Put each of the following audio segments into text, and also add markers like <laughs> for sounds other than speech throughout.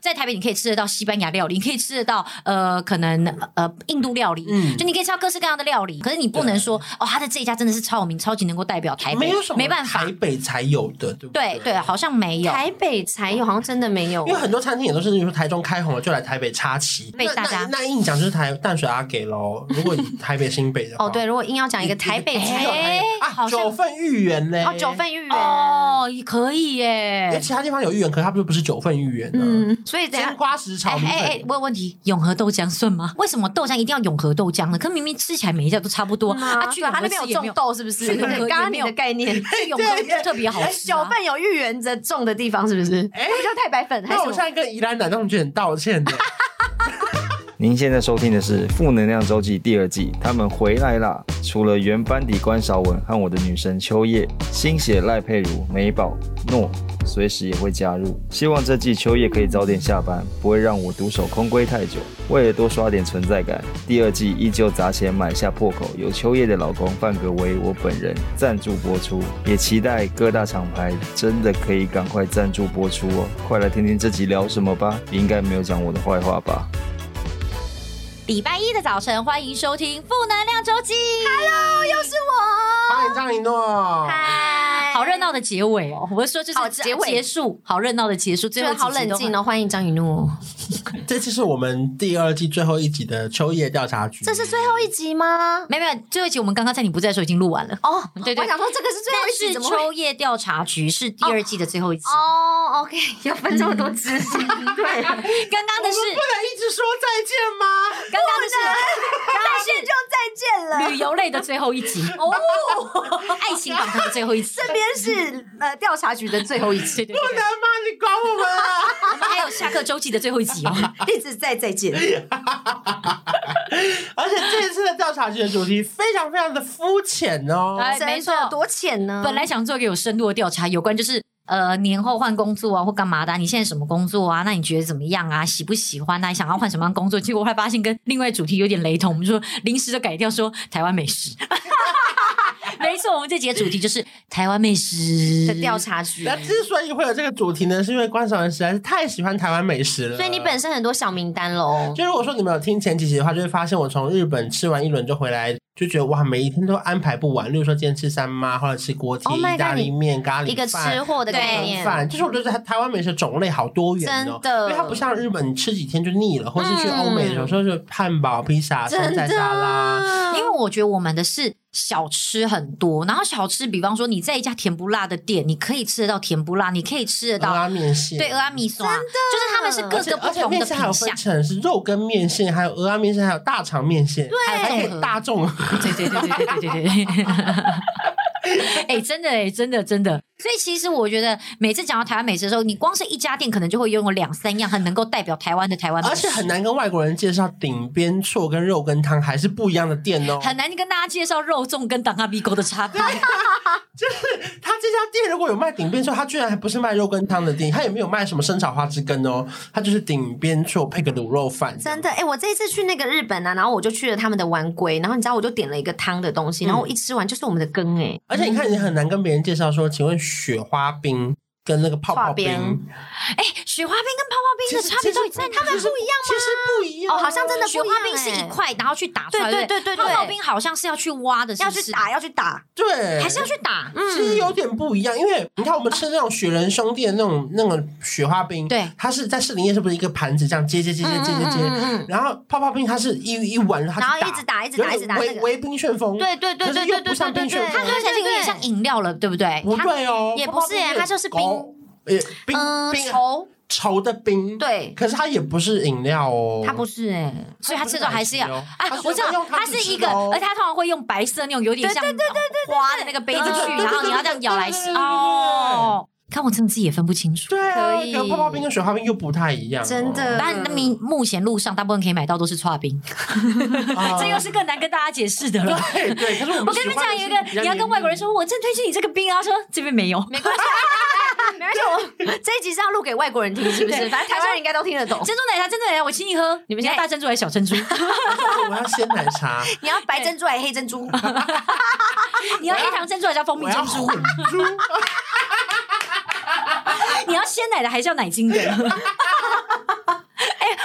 在台北你可以吃得到西班牙料理，你可以吃得到呃，可能呃印度料理，嗯就你可以吃到各式各样的料理。可是你不能说哦，他的这一家真的是超有名，超级能够代表台北，没有什么没办法台。北才有的，对对不对，啊对，好像没有。台北才有，好像真的没有因为。很多餐厅也都是，比如说台中开红了就来台北插旗，被那大家那那硬讲就是台淡水阿给喽。如果以台北新北的话，哦，对，如果硬要讲一个台北哎只只有有台北啊，哎好像九份芋圆呢？哦九。份芋圆，哦，也可以因为耶。其他地方有芋圆，可是它就不是九份芋圆呢。嗯，所以等金一下。瓜石哎炒米哎哎粉，，我有问题，永和豆浆算吗？为什么豆浆一定要永和豆浆呢？可明明吃起来每一家都差不多嗯啊。去对永他和吃那边有也没种豆，是不是？去永和 <laughs> 对也啊刚没刚你有的概念，去永和就特别好吃啊。九份有芋圆的种的地方，是不是？哎哎，不叫太白粉，还那我是现什么在跟宜兰奶冻卷道歉的。您现在收听的是《负能量周记》第二季，他们回来啦！除了原班底关韶文和我的女神秋叶，新血赖佩如、美宝、诺随时也会加入。希望这季秋叶可以早点下班，不会让我独守空闺太久。为了多刷点存在感，第二季依旧砸钱买下破口，由秋叶的老公范格为我本人赞助播出，也期待各大厂牌真的可以赶快赞助播出哦！快来听听这集聊什么吧，你应该没有讲我的坏话吧？礼拜一的早晨，欢迎收听《负能量周记》。Hello，又哦是我。欢迎张一诺，嗨好热闹的结尾哦！我是说，就是好结尾结束，好热闹的结束，最后对，好冷静哦。哦！欢迎张雨诺，这次是我们第二季最后一集的秋叶调查局。这是最后一集吗？没有没有，最后一集我们刚刚在你不在的时候已经录完了。哦，对对我想说这个是最后但一集，是怎么会秋叶调查局是第二季的最后一集，哦，OK，要分这么多支集， <laughs> 对，刚刚刚的是不能一直说再见吗？刚刚的是就再见了。旅游类的最后一集 <laughs> 哦，爱情访谈的最后一 <laughs> 集。这边是呃调查局的最后一集，对对不对，能吗？你管我们啊！我们还有下课周记的最后一集 <laughs> 哦。一直在再见。 <laughs> 而且这次的调查局的主题非常非常的肤浅哦。哎真没错的多浅呢？本来想做一个有深度的调查，有关就是呃年后换工作啊或干嘛的啊、你现在什么工作啊？那你觉得怎么样啊？喜不喜欢啊？想要换什么样的工作？结果后来发现跟另外主题有点雷同，我们就临时就改掉说台湾美食。 <laughs> 没错，我们这节主题就是台湾美食的调。查局，那之所以会有这个主题呢，是因为观赏人实在是太喜欢台湾美食了。所以你本身很多小名单喽。就如果说你们有听前几集的话，就会发现我从日本吃完一轮就回来，就觉得哇，每一天都安排不完。例如说今天吃三妈，或者吃锅贴、 Oh my 意大 god，利面、咖喱一个吃饭货的概对念，饭，就是我觉得台台湾美食种类好多元哦，真的因为它不像日本，你吃几天就腻了，或是去嗯欧美有时候就汉堡、披萨、生真菜的沙拉。因为我觉得我们的是小吃很多，然后小吃，比方说你在一家甜不辣的店，你可以吃得到甜不辣，你可以吃得拉到面线，对阿米刷，就是他们是各而且个不而且同面的线还有品分相。成是肉跟面线，还有鹅啊面线，还有大肠面线，对还可还有以大众合。对对对对对对对对。 <laughs> 哎、真的哎、真的真的，所以其实我觉得每次讲到台湾美食的时候，你光是一家店可能就会拥有两三样很能够代表台湾的台湾美食， <laughs> 而且很难跟外国人介绍顶边错跟肉跟汤还是不一样的店哦。很难跟大家介绍肉粽跟党咖比沟的差 <laughs> 别。他这家店如果有卖顶边错，他居然还不是卖肉跟汤的店，他也没有卖什么生炒花枝羹哦，他就是顶边错配个卤肉饭。真的，哎、我这一次去那个日本啊，然后我就去了他们的丸龟，然后你知道我就点了一个汤的东西，然后我一吃完就是我们的羹、哎、而且你看，你很难跟别人介绍说，请问雪花冰跟那个泡泡画冰边哎、雪花冰跟泡泡冰的差别到底在哪？不一样吗？其实不一样啊哦，好像真的不雪花冰是样一哎，块，然后去打出来。对不对对对泡泡对冰好像是要去挖的，是要不去是打，，要去打，对，还是要去打？嗯，其实有点不一样，因为你看我们吃那种雪人兄弟的那种那种雪花冰，对它是在士林夜市不是一个盘子这样接接接接接接接，嗯，然后泡泡冰它是一一碗，然后然后它一直打，一直打，一有直点打，那微个微冰旋风，对对对可是对又对不对像对冰对旋对，风它喝起来就有点像饮料了，对不对？不它对哦，也不泡泡冰是欸它就是冰哦也冰嗯冰稠，稠的冰，，对，可是它也不是饮料哦，啊它不是哎、欸所以他吃的时候还是要它不是奶啊昔哦，我知道它是用汤它匙是一吃个，的哦而且它通常会用白色那种有点像花的那个杯子去，对对对对对然后你要这样咬来对对对吃对对哦。看我真的自己也分不清楚。对啊，可以可泡泡冰跟雪花冰又不太一样哦，真的但那明目前路上大部分可以买到都是刨冰，<laughs> 啊，这又是更难跟大家解释的了。对对，可 <laughs> 是我们我跟你们讲，有一个你要跟外国人说，我正推荐你这个冰，然后啊说这边没有，没关系。 <laughs> 没关系，我这一集是要录给外国人听，是不对是？反正台湾人应该都听得懂。珍珠奶茶，珍珠奶茶，我请你喝。你们要大珍珠还是小珍 <laughs> 珠？我要鲜奶 <laughs> 茶， <laughs> 你要白珍珠还是黑 <laughs> 珍珠？你要黑糖珍珠还是要蜂蜜我珍要珠？ <laughs> 混珠。 <laughs> 你要鲜奶的还是要奶精的？哎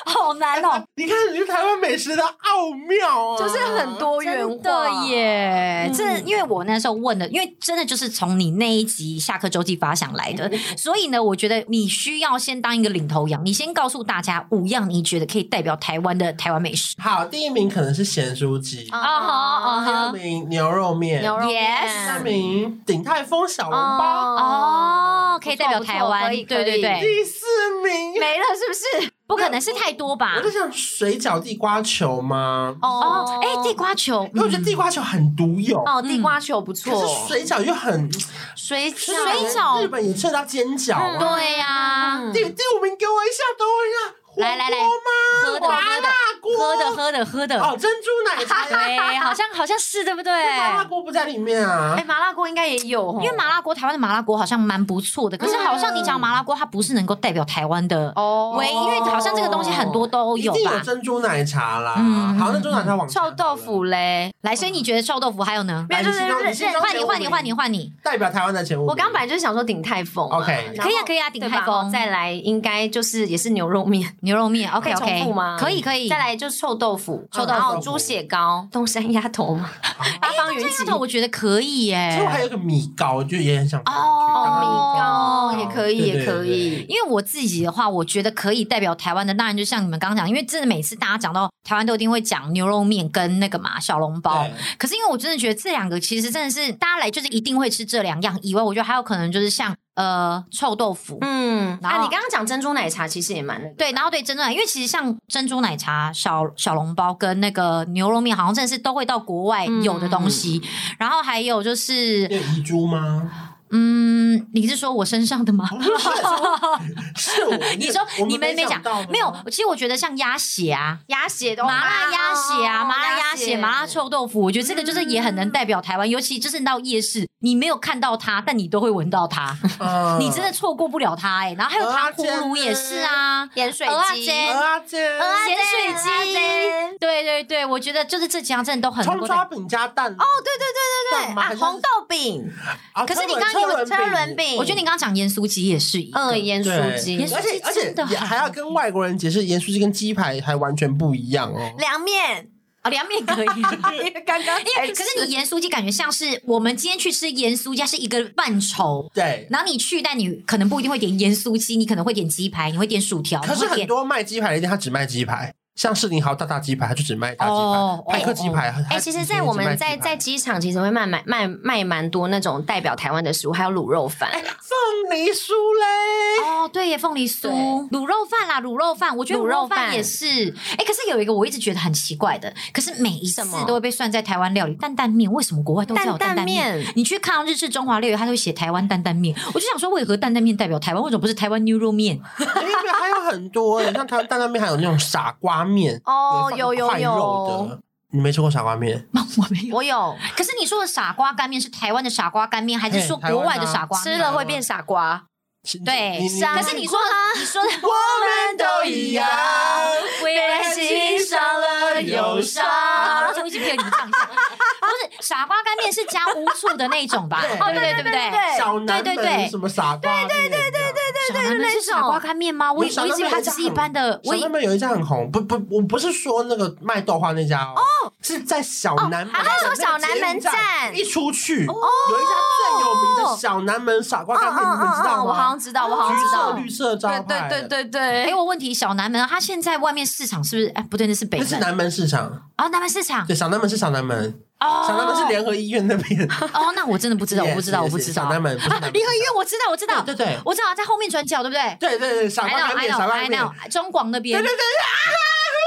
好难哦， <laughs> 你看，你是台湾美食的奥妙啊，就是很多元哦真化的。耶！这因为我那时候问的，因为真的就是从你那一集下课周记发想来 <laughs> 的，所以呢，我觉得你需要先当一个领头羊，你先告诉大家五样你觉得可以代表台湾的台湾美食。好。第一名可能是咸酥鸡，啊啊哈啊第二哈名牛肉面， <laughs> 牛肉面 Yes 第三名鼎泰丰小笼包，哦，可以代表不错台湾可以，对可对以对，第四名，没了是不是？不可能是太多吧我？在想水饺地瓜球吗？哦，哎，地瓜球，因为我觉得地瓜球很独有，嗯哦地瓜球不可错，是水饺又很水水日本也吃得到煎饺嗯啊。对呀，嗯第第五名，给我一下，等我一下，火来来来锅喝的吗？麻喝的辣锅，喝的喝的喝的，哦，珍珠奶茶， <laughs> 对，好像好像是对不对？麻辣锅不在里面哎啊。麻辣锅应该也有哦，因为麻辣锅，台湾的麻辣锅好像蛮不错的，可是好像你讲麻辣锅，它不是能够代表台湾的哦唯一，因为好像这个东西很多都一有定有吧。珍珠奶茶啦，嗯好，珍珠奶茶往前臭豆腐嘞，来，所以你觉得臭豆腐还有呢？嗯没有来就你心中你是认心中换你前五换你名换你换你，代表台湾的前五名。我刚刚本来就是想说鼎泰丰嘛 OK 然可后以啊可以啊，鼎对吧泰丰再来应该就是也是牛肉面。牛肉面，OK 可以重 OK，复吗？可以可以。再来就是臭豆腐，臭豆腐然后猪血糕、东山鸭头嘛，八方云哎这集个头我觉得可以其实我还有耶，一个米糕，我就也很想哦哦，米糕也可以，对对也可以。因为我自己的话，我觉得可以代表台湾的，当然就像你们刚刚讲，因为真的每次大家讲到台湾都一定会讲牛肉面跟那个嘛小笼包，对可是因为我真的觉得这两个其实真的是大家来就是一定会吃这两样以外，我觉得还有可能就是像呃臭豆腐，嗯，然后啊，你刚刚讲珍珠奶茶其实也蛮那个，对，然后对珍珠奶，因为其实像珍珠奶茶、小小笼包跟那个牛肉面，好像真的是都会到国外有的东西。然后还有就是，你有遗 <laughs> 珠吗？嗯，你是说我身上的吗？是我，你说我你们没没讲想到吗，没有，其实我觉得像鸭血啊。鸭血都麻辣鸭血啊，麻辣鸭血、麻辣，哦臭豆腐，我觉得这个就是也很能代表台湾，尤其就是到夜市，你没有看到它，但你都会闻到它，嗯你真的错过不鸭它哎、然后还有糖葫芦也是啊，盐水蚵仔鸡、煎啊姐，咸水鸡，对对对，我觉得就是这几样真的都很葱多抓的。饼加蛋哦，对对对对干嘛还对是啊，红豆饼、啊可是你车轮刚刚有车轮，饼，我觉得你刚刚讲盐酥鸡也是一个，嗯盐对酥鸡、盐酥而且而且真的也很还要跟外国人解释，盐酥鸡跟鸡排还完全不一样哦。凉面，啊凉面 <laughs> 可以。因为刚刚哎因因为可是你盐酥鸡感觉像是我们今天去吃盐酥鸡它是一个范畴，对，然后你去，但你可能不一定会点盐酥鸡，你可能会点鸡排，你会点薯条，可是你会很点多卖鸡排的店，他只卖鸡排，像士林豪大大鸡排，他就只卖大鸡哦排，派克鸡排。哎、哎其实，在我们在在机场，其实会卖卖卖卖蛮多那种代表台湾的食物，还有卤肉饭。哎凤梨酥 <laughs> 嘞，哦，对耶，凤梨酥对、卤肉饭啦，卤肉饭，我觉得卤卤肉肉饭饭也是。哎，可是有一个我一直觉得很奇怪的，可是每一次什么都会被算在台湾料理，担担面为什么国外都叫担担担面？面你去看到日式中华料理，它都会写台湾担担面，我就想说，为何担担面代表台湾？为什么不是台湾牛肉面？因为还有很多，哎你像台湾担担面，还有那种傻瓜面，哦，放有有块肉有，的。你没吃过傻瓜面？我没有。我有 <laughs> 可是你说的傻瓜干面是台湾的傻瓜干面，还是嘿说台湾国外的啊傻瓜面？吃了会变傻瓜。对你，啊可是你说你说的我们都一样，为人欣心赏伤了忧伤好，周一平你唱一下，不是傻瓜干面是加乌醋的那种吧？对哦，对对对不对？小南对对对门什么傻瓜面？对对对对对小南门是傻瓜干面吗？我以小我南一门直以为它只是一般的，我小以南门有一家很红，不不，我不是说那个卖豆花那家哦，是在小南门。哦啊他说小南门站一出去，哦有一家最有名的小南门傻哦瓜干面，哦你们知道吗？我好像知道，我好像橘知色道。绿色招对牌，对对对。对对，哎，我问题，小南门它现在外面市场是不是？哎，不对，那是北那是门南门市场，哦，南门市场对，小南门是小南门，哦，小南门是联合医院那边。哦，那我真的不知道，我不知道， Yes, 我不知 yes, 道小 <laughs> 南门不是啊南门离合医院我知道，我知道，对对对我知道在后面转角，对不对？对对对，傻瓜 I 干 know, 面， I 傻 know, 瓜干 I 面， know，中广那边对对对对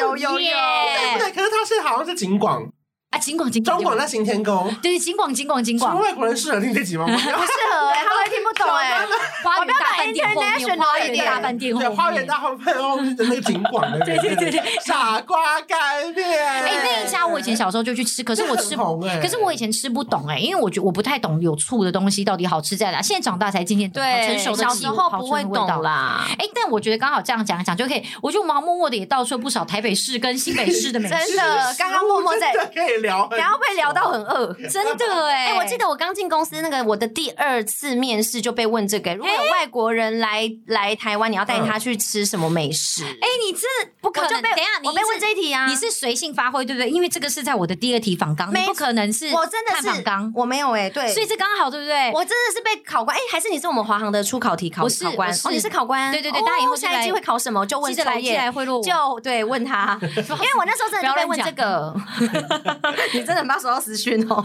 有啊！有有，耶对，可是他是好像是景广，啊，景广景广中广在行天宫，对对，景广景广景什么广，外国人适合听这集吗？不适合哎，他会听不懂哎。花园我不要大买饭店后面， international 花一园点大饭店后对，面，花园大后面后面的那个景广那 <laughs> 边，对对对对傻瓜干面，哎、那一家我以前小时候就去吃，可是我吃那很红哎可是我以前吃不懂哎、因为我觉我不太懂有醋的东西到底好吃在哪。现在长大才渐渐懂好对，成熟的小气时候候好不吃的会味道懂。啦。哎、但我觉得刚好这样讲一讲就可 <laughs> 以，我就盲默默的也道出了不少台北市跟新北市的美食。真的，刚刚默默在真的可以聊很久，然后被聊到很 <laughs> 饿。真的哎、哎、我记得我刚进公司那个我的第二次面试就被问这个，如果有外国人来来台湾，你要带他去吃什么美食？哎、你真的不可我能。就被等一下，你我被是问这一题啊，你是随性发挥，对不对？因为这个是在我的第二题访纲，没你不可能是我真的看是访纲，我没有哎、对，所以这刚好，对不对？我真的是被考官哎、还是你是我们华航的出考题考我是考官我是哦，哎你是考官，对对对哦大家以后就下来一季会考什么就问记得来秋叶记得来贿赂我就对问 <laughs> 他，因为我那时候真的就被问这个， <laughs> 你真的很怕收到私讯哦。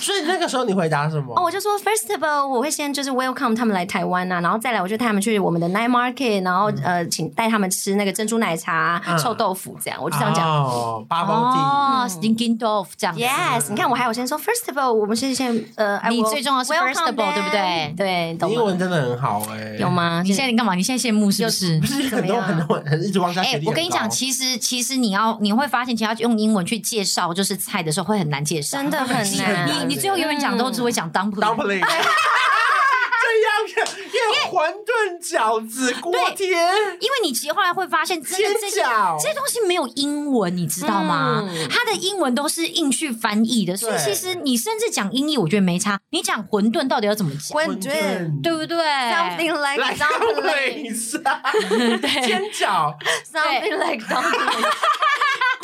所以那个时候你回答什么？ <laughs> 哦，我就说 first of all，我会先就是 welcome 他们来台湾啊，然后再来我就带他们去我们的 night market，然后、呃，请带他们吃那个珍珠奶茶、嗯臭豆腐这样，我就这样讲。哦，八宝地。哦，stinking dove 这样子。 Yes，你看我还有先说 first of all，我们是先呃，I 你 will 最重要是 first of all， welcome them 对不对对，你英懂吗？文真的很好哎， <laughs> 有？吗？你现在你干嘛？你现在羡慕是不是不？是很多怎么样很多人一直往下哎、学历很高。我跟你讲，其实其实你要你会发现，其实要用英文去介绍就是菜的时候会很难介绍，真的很难。你你最后永远讲都只会讲 dumpling。 dumpling，这样也馄饨、饺子、锅贴，因为你其实后来会发现，真的这些煎饺这些东西没有英文，你知道吗？嗯它的英文都是硬去翻译的，所以其实你甚至讲音译，我觉得没差。你讲馄饨到底要怎么讲，馄饨对不对 something like 来 dumpling， <laughs> dumpling，煎饺， something like dumpling。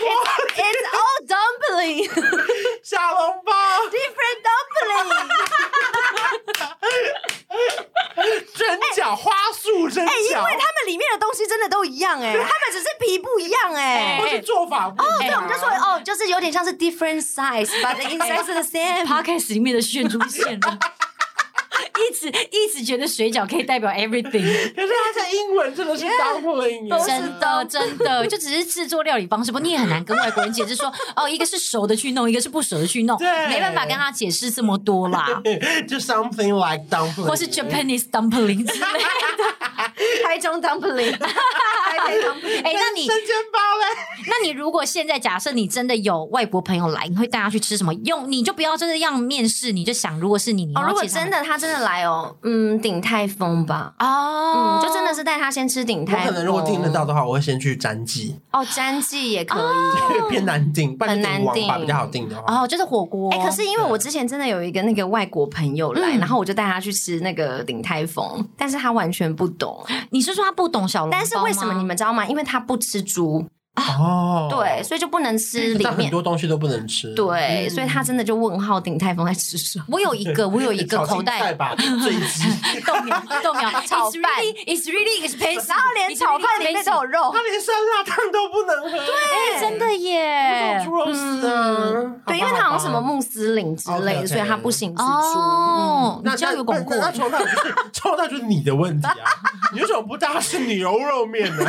It's it's all dumpling, <laughs> 小笼包， different <laughs> dumpling。蒸饺，花束蒸哎，因为他饺，们里面的东西真的都一样哎，他们只是皮不一样 <laughs> 或哎。是做法不一对，样我们就说哦，就是有点像是 different size，but the inside is the <laughs> <laughs> same。Podcast 里面的炫出现了。 <laughs> 一直一直觉得水饺可以代表 everything，可是它的英文真的是 dumpling，耶都是真的真 <laughs> 的，就只是制作料理方式，不，你也很难跟外国人解释说，哦，一个是熟的去弄，一个是不熟的去弄，对没办法跟他解释这么多啦，就 something like dumpling，或是 Japanese <laughs> dumpling 之类的。台中 <laughs> dumpling，台北 dumpling。哎、那你生煎包嘞，那你如果现在假设你真的有外国朋友来，你会带他去吃什么？用你就不要这样面试，你就想如果是你，你哦，要如果介绍真的他真的来哦，嗯，鼎泰丰吧，哦嗯，，就真的是带他先吃鼎我泰丰。可能如果订得到的话，我会先去詹记，哦，詹记也可以。因为偏难订，不然就哦很订难网吧订比较好订的话。哦，就是火锅。哎、可是因为我之前真的有一个那个外国朋友来，嗯然后我就带他去吃那个鼎泰丰，但是他完全不懂。你是说他不懂小笼包吗但是为什么你们知道吗？因为他不吃猪，哦，对，所以就不能吃里但很面。多东西都不能吃。对，所以他真的就问号鼎泰丰在吃什么。我有一个，我有一个炒口青 <laughs> 菜袋。吧， <laughs> 醉鸡。豆苗，豆苗，炒饭 It's really, it's really expensive。然后连炒饭里面都有肉他，连酸辣汤都不能喝， <laughs> 对，哎真的这种耶哦猪。肉丝啊，嗯对，因为他好像什么穆斯林之类 OK，OK 的，所以他不行吃猪。嗯哦，你那交友广阔那。那从那就是 <laughs> 从那就是你的问题啊！你为什么不搭是牛肉面呢？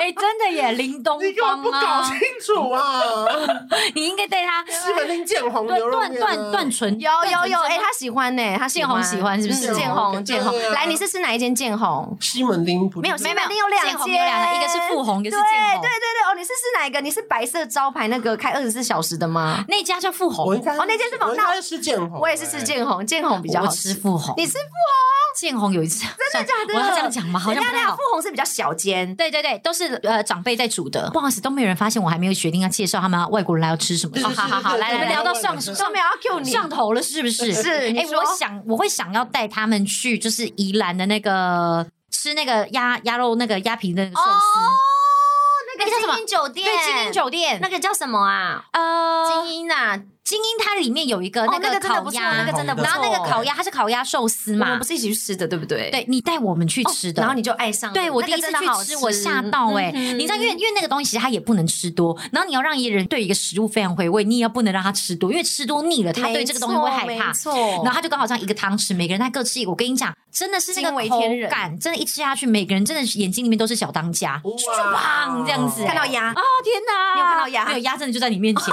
哎，真的耶，林东你根本方不搞啊清，楚啊！你应该带他西门町建宏对牛肉断面断啊断，唇，有有有，哎、他喜欢呢、他建宏喜欢是不是嗯建宏，建建宏宏对啊，来，你是吃哪一间建宏？西门町不没有，西没有门町有建两宏间，有两个一个是富宏一个是建宏对对对对，哦，你是是哪一个？你是白色招牌那个开二十四小时的吗？那家叫富红我，应该哦那间是我应该是建宏，我也是吃哎。建宏，建宏比较我好吃吃。富红。你吃富建宏有一次，真真的假的？我要这样讲吗？好像人不家太那个好富。宏是比较小间，对对对，都是呃长辈在煮的，不好意思，都没有人发现我还没有决定要介绍他们外国人来要吃什么。对哦对好好好，对对来对来来，聊到对上对上上面要 Q 你。哦上头了，是不是？ <laughs> 是你哎，说我想我会想要带他们去，就是宜兰的那个吃那个鸭鸭肉那个鸭皮的那个寿司，，那那个叫什么金鹰酒店，对，金鹰酒店哦那个叫什么啊？呃金鹰啊，精英，它里面有一个哦，那个个真的烤不错，鸭，那个真的不错。然后那个烤鸭它是烤鸭寿司我嘛们不，是一起去吃的，对不对？哦对你带我们去吃的，然后你就爱上了。对我那第个一次真的去好吃，我吓到哎、嗯哼你知道，因为因为那个东西其实它也不能吃多，然后你要让一个人对一个食物非常回味，你也要不能让他吃多，因为吃多腻了，他对这个东西会害怕没。错，然后他就刚好这样一个汤匙，每个人他各吃一个。我跟你讲，真的是那惊个为口天人感，真的，一吃下去，每个人真的眼睛里面都是小当家，哇砰这样子、看到鸭啊、天哪！你有看到鸭没有鸭 <laughs> 真的就在你面前，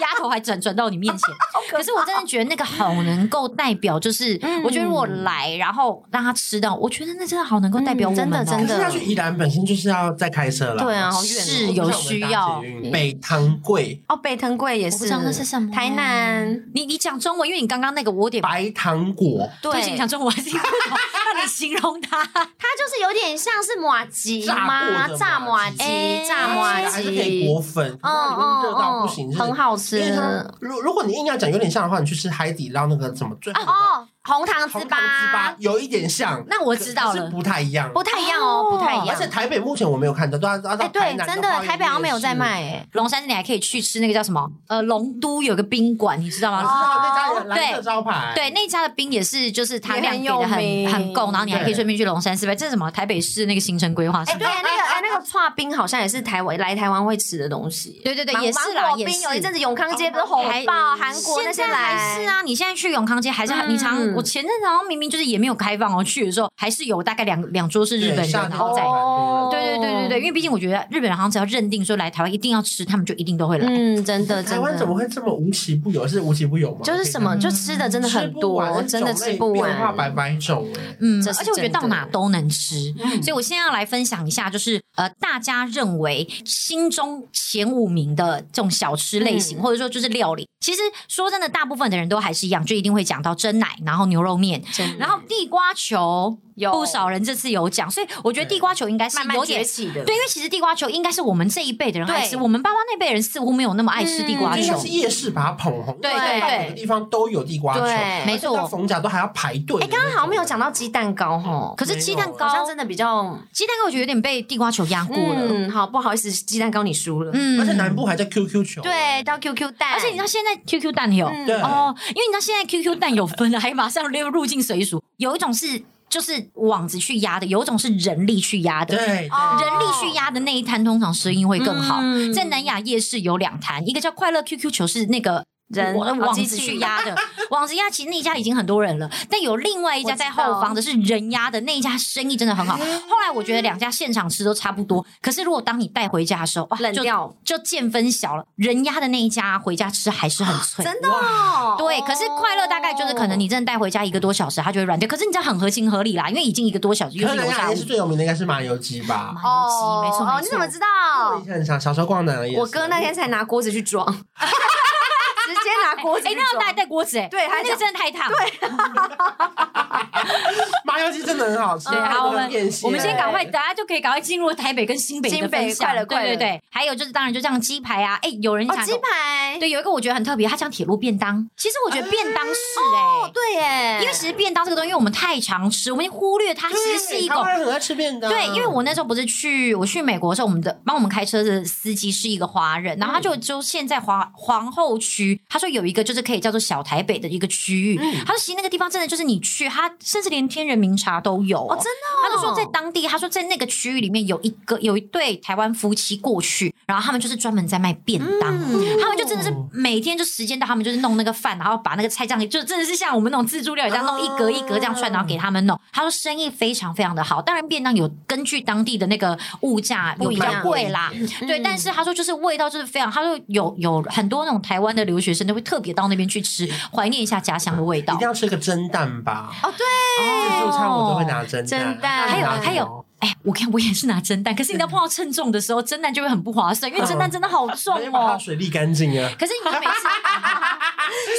鸭头还转转到你面前。可是我真的觉得那个好能够代表，就是、嗯我觉得如果来，然后让他吃到，我觉得那真的好能够代表我们、嗯真的真可的是要去宜兰本身就是要再开车了，对啊，好远哦是有需要。北汤贵、哦，北藤贵也我是，不知道那是什么台南。你你讲中文，因为你刚刚那个我有点白糖果， <laughs> 对不起，你讲中文我还是听不 <laughs> 懂，那你形容它它就是有点像是马吉炸过吗？的炸马马吉吉，炸哇马哎还是可以吉裹，粉，嗯嗯嗯，热到不行，很好吃因为吃它如如果你硬要讲有点像的话，你去吃海底捞那个什么最后的哦，红糖糍红糖糍粑粑有一点像，那我知道可是了，不太一样。不太一样哦，哦不太一而样且。台北目前我没有看到，都要要到哎，台对，南真的的花园台北好像没有在卖夜市。哎。龙山寺你还可以去吃那个叫什么？呃，龙都有个宾馆，你知道我吗？知道那啊家有哦蓝色对招牌，对，那家的冰也是，就是它也量很给有的很名很够，然后你还可以对顺便去龙山寺拍。这是什么？台北市那个行程规划是哎， <laughs> 吗？对啊，那个哎，那个串冰好像也是台湾来台湾会吃的东西。对对对，哎芒也是啦，芒果也冰是。有一阵子永康街不是火红爆啊韩国那些现在来，还是啊，你现在去永康街还是、你常嗯我前阵子好像明明就是也没有开放哦，去的时候还是有大概两两桌是日本对人，夏然天后再蛮多哦的对对对对哦对，因为毕竟我觉得日本人好像只要认定说来台湾一定要吃，他们就一定都会来。嗯，真的台真湾怎么的，会这么无奇不有？是无奇不有吗？就是什么嗯就吃的真的很多，真的吃不变化完。百百种嗯哎。嗯，这是而且我觉得真的到哪都能吃，嗯所以我现在要来分享一下，就是呃，大家认为心中前五名的这种小吃类型，嗯或者说就是料理。其实说真的，大部分的人都还是一样，就一定会讲到蒸奶，然后牛肉面，真的然后地瓜球，嗯有不少人这次有讲，所以我觉得地瓜球应该是慢慢有崛点。起的，对，因为其实地瓜球应该是我们这一辈的人爱吃，对嗯我们爸妈那辈人似乎没有那么爱吃地瓜就球像。是夜市把它捧红，对对到每个地方都有地瓜球，对没错而且到逢甲都还要排队。哎，刚刚好像没有，讲到鸡蛋糕吼，可是鸡蛋好像糕，真的比较鸡蛋糕我觉得有点被地瓜球压过了。嗯，好不好意思，鸡蛋糕你输了。嗯而且南部还在 QQ 啊球，哎对，到 QQ 蛋，而且你知道现在 QQ 蛋有、嗯对 <laughs> 哦，因为你知道现在 QQ 蛋有分了，还马上溜入境水煮，有一种是就是网子去压的，有一种是人力去压的。对对哦人力去压的那一摊，通常生意会更好。嗯在南雅夜市有两摊，一个叫快乐 QQ 球，是那个人网哦网机子器去压 <laughs> 的，网子压其实那一家已经很多人了，但有另外一家我知在道后方的是人压的那一家生意真的很好。嗯后来我觉得两家现场吃都差不多，可是如果当你带回家的时候，哇，冷就掉，就见分晓了。人压的那一家回家吃还是很脆，真的哦，对。可是快乐大概就是可能你真的带回家一个多小时，它就会软掉。可是你这样很合情合理啦，因为已经一个多小时，又可是是啊南油雅炸夜物市。最有名的应该是麻油鸡吧？哦，哦，没错没哦错，你怎么知我以道？前很小小时候逛南雅夜市，啊我哥那天才拿锅子去 <laughs> 装，直接拿锅子哎去，那要带装。带锅子哎，对还那个讲真的太烫。对，麻油鸡真的很好吃。对，好，我们变现我们先赶快，大家就可以赶快进入台北跟新北的新北分享。快了对快对了对，还有就是当然就这样鸡排啊，哎，有人哦，讲鸡排，对，有一个我觉得很特别，他讲铁路便当。其实我觉得便当是哎，哦，对耶，因为其实便当这个东西，因为我们太常吃，我们已经忽略它其实是一对台种湾。人很爱吃便当，对，因为我那时候不是去我去美国的时候，我们的帮我们开车的司机是一个华人，然后嗯他就就现在皇皇后区，他说有一个就是可以叫做小台北的一个区域，嗯他说其实那个地方真的就是你去，他甚至连天人名茶都有哦，真的哦，他就说在当地，他说在那个区域里面有一个有一对台湾夫妻过去，然后他们就是专门在卖便当，嗯他们就真的哦是每天就时间到，他们就是弄那个饭，然后把那个菜这样，就真的是像我们那种自助料理这样弄一格一格这样串，然后给他们弄。他说生意非常非常的好，当然便当有根据当地的那个物价有比较贵啦，嗯对，但是他说就是味道就是非常，他说有有很多那种台湾的留学生都会特别到那边去吃，嗯怀念一下家乡的味道哦一定。要吃个蒸蛋吧。哦，对，自助餐我都会拿蒸蒸蛋还有拿还有，哎，我看我也是拿蒸蛋，可是你要碰到称重的时候，蒸蛋就会很不划算，因嗯为蒸蛋真的好重我要把它哦。水沥干净啊。可是你每次 <laughs>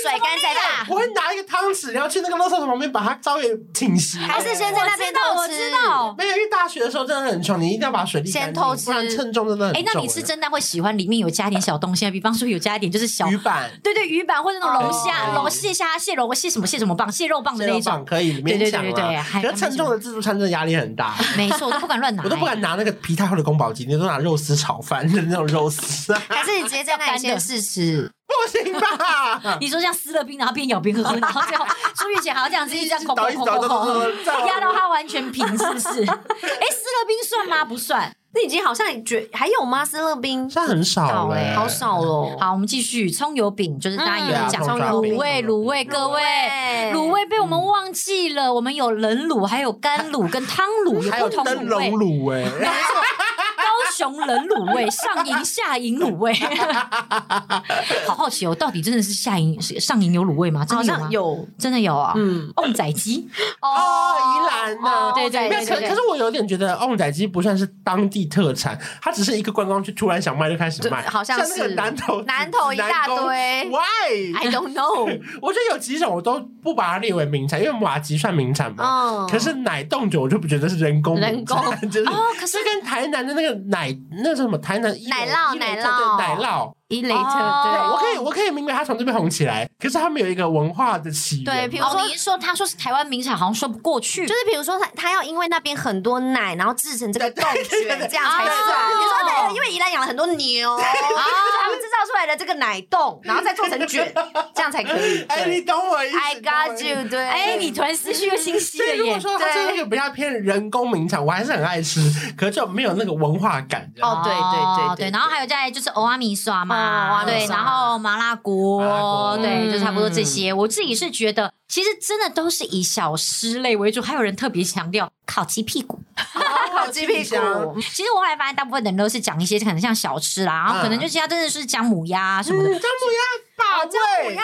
水干才大，我会拿一个汤匙，然后去那个垃圾桶旁边把它稍微挺洗。还是先在那边偷我吃？知道。没有，因为大学的时候真的很穷，你一定要把水沥干净先偷吃不然称重真啊的很重。哎，那你吃蒸蛋会喜欢里面有加一点小东西啊，比方说有加一点就是小鱼，板、对对，鱼板或者那种龙虾、哦龙蟹虾、蟹肉、蟹什么蟹什么棒、蟹肉棒的这那一种种。可以勉强对对对对对啦还可是称重的自助餐真的压力很大。没错，我都不敢乱拿，哎我都不敢拿那个皮太厚的宫保鸡丁，都拿肉丝炒饭的那种肉丝，还是你直接在那里先试吃？ <laughs> 不行吧哎。？你说像撕了冰，然后边咬边喝，然后最后出狱前还要这样子一直哎这样口口倒一口倒口倒口， <laughs> 倒倒，压到它完全平，是不 <laughs> 是？哎，撕了冰算吗？不算。哦那已经好像觉还有吗？斯乐冰现在很少了欸，好少哦喽。好，我们继续葱油饼，就是大家也对啊有讲嗯葱油饼卤味，卤味，各位。哎卤味被我们忘记了，我们有冷卤，还有干卤跟汤卤，还有有不同灯卤笼味。卤哎， <laughs> 没错，高雄冷卤味、上营下营卤味，好好奇哦，到底真的是下营上营有卤味吗？真好的有吗像？有，真的有啊、嗯，旺仔鸡， <laughs> 哦，宜兰呐，对对对没有，可对可是我有点觉得旺仔鸡不算是当地特产，它只是一个观光区突然想卖就开始卖，对好像像那个是南投南投一大南宫堆 Why？ I don't <laughs> know。我觉得有几种我都不把它列为名产，因为马吉算名产嘛。嗯，可是奶冻酒我就不觉得是人工名人工产 <laughs> 就是哦，可是这跟台南的那个奶奶那是什么台南伊奶蕾酪伊蕾奶特对酪奶酪，伊哦对对我可以我可以明白他从这边红起来，可是他们有一个文化的起源对，比如哦，说你一说他说是台湾名产，好像说不过去，就是比如说他他要因为那边很多奶，然后制成这个对豆对对对卷，对这样才哦算。比如说对，因为宜兰养了 <laughs> 很多牛，所以他们制造出来的这个奶冻，然后再做成卷，这样才可以。 <laughs> 哎，你对懂我意思 I 你懂我意 got 思 you，对，哎，你突然思绪又清晰所了以如果耶。说它对是一个比较偏人工名产，我还是很爱吃，可是就没有那个文化感。这样哦对对对对对然后还有再来就是欧阿米耍哦嘛，蚵仔米对，耍然后麻辣锅麻辣锅，对，嗯就差不多这些。我自己是觉得，其实真的都是以小吃类为主，还有人特别强调烤鸡屁股。 <laughs> 烤鸡屁股，其实我后来发现，大部分的人都是讲一些可能像小吃啦，然后可能就是他真的是姜母鸭啊什嗯嗯，姜么母的。鸭霸姜母味鸭，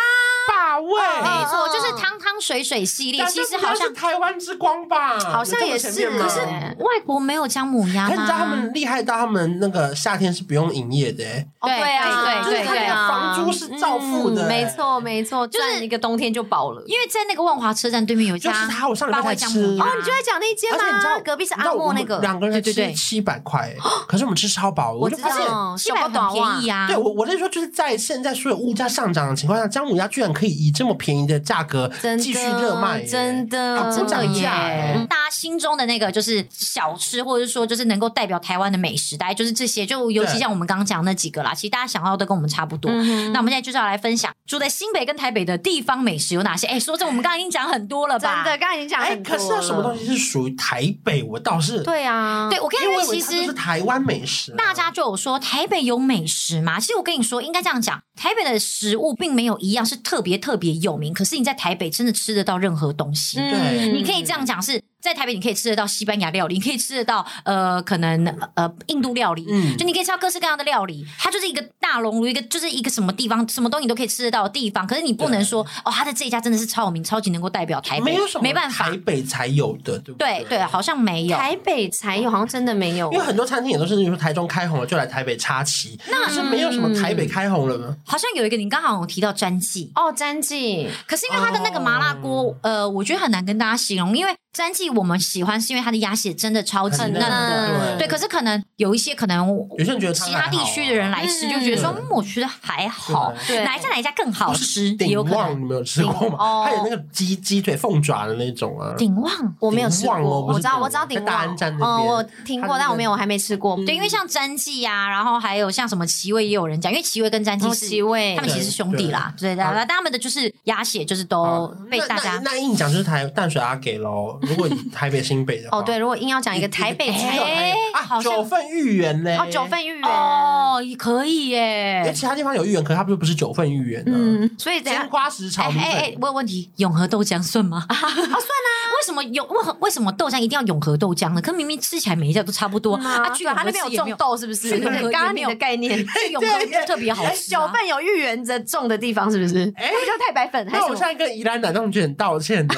霸没哦味，错，就是汤汤水水系列，但其是实好像是台湾之光吧，好像也是嗯有这么前面吗可是外国没有姜母鸭可是你知道他吗？哦们厉害到他们那个夏天是不用营业的、欸，哦对啊对就是对他对们啊房租是照付的哎嗯没错没错，就是赚一个冬天就饱啊了。因为在那个万华车站对面有一就家是他，我上礼拜八才味姜吃。母鸭哦，你就在讲那一间而且你知吗？道隔壁是你知阿道我莫们那个，两个对人对吃对七百块欸，可是我们吃超饱，我就知发现道，西百很便宜啊。啊对。我，我是说，就是在现在所有物价上涨的情况下，姜母鸭居然可以以这么便宜的价格真的继续热卖耶，真的嗯它不啊真的涨耶价欸耶，大家心中的那个就是小吃，或者是说就是能够代表台湾的美食，大概就是这些。就尤其对像我们刚刚讲的那几个啦，其实大家想要的跟我们差不多。嗯那我们现在就是要来分享住在新北跟台北的地方美食有哪些？哎，说真的，我们刚刚已经讲很多了真吧？的，刚才已经讲哎，很可多了。是有什么东西是属于台北？我倒是，对啊，对，我跟你因为说，我以其实为它都是台湾美食啊，大家就有说台北有美食嘛？其实我跟你说，应该这样讲，台北的食物并没有一样是特别特别有名，可是你在台北真的吃得到任何东西。嗯对你可以这样讲是。在台北，你可以吃得到西班牙料理，你可以吃得到呃，可能呃印度料理，嗯就你可以吃到各式各样的料理。它就是一个大熔炉，一个就是一个什么地方，什么东西你都可以吃得到的地方。可是你不能说哦，它的这一家真的是超有名，超级能够代表台北，没有什么没办法台，北才有的，对不对对，啊好像没有。台北才有，好像真的没有因为。很多餐厅也都哎是，比如说台中开红了就来台北插旗，那是没有什么台嗯北开红了吗？好像有一个，你刚好有提到詹记，哦，詹记，可是因为它的那个麻辣锅，哦呃，我觉得很难跟大家形容，因为詹记我们喜欢是因为它的鸭血真的超级很嫩的，嫩的啊对。可是可能有一些可能有些人觉得其他地区的人来吃嗯就觉得说，嗯，我觉得还好，对哪一家哪一家更好吃，也有鼎可旺，能。你们有吃过鼎哦吗？它有那个鸡鸡腿凤爪的那种啊，鼎旺，我没有吃鼎过，旺哦不我是知道，鼎旺我知道鼎在大旺安站，那嗯，边我听它过，那但我个没有，我还没吃过。对，因为像詹记呀，然后还有像什么奇味也有人讲，因为奇味跟詹记哦是奇味他们其实是兄弟啦，对的，那他们的就是鸭血就是哦都被大家那那那硬讲就是台淡水阿给 <laughs> 喽。如果以台北新北的话哦，对，如果硬要讲一个台北才只有台有，北好啊，像九份芋圆呢？哦，九。份芋圆，哦，也可以哎，耶。其他地方有芋圆，可是它不是不是九份芋圆呢？嗯，所以等一鲜下瓜石炒哎米哎哎粉，，我有问题，永和豆浆算吗？啊， <laughs> 算啊。为什么永为何为什么豆浆一定要永和豆浆呢？可明明吃起来每一家都差不多啊。去嗯对，永他和吃那边有也没种有，豆，是不是？去永和 <laughs> 也对刚没刚你有哎的概念， <laughs> 去永和就特别好吃啊。九份有芋圆的种的地方，是不是？哎那不叫太白粉，还那是我什现么在跟宜兰奶冻卷道歉 <laughs> 的。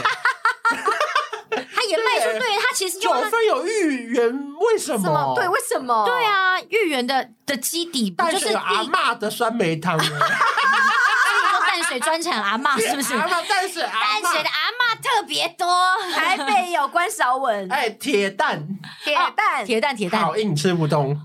他也卖出，对对他其实九用他份有芋圆，为什什么么？对，为什么？对，啊，芋圆的的基底不淡就是水地有阿说嬷的酸梅汤 <laughs> 呢，淡水专产阿 <laughs> 嬷是不是？阿嬷淡水阿淡水嬷的，阿嬷特别多，台北有关韶文、哎，铁蛋铁蛋、铁蛋铁蛋好硬吃不动，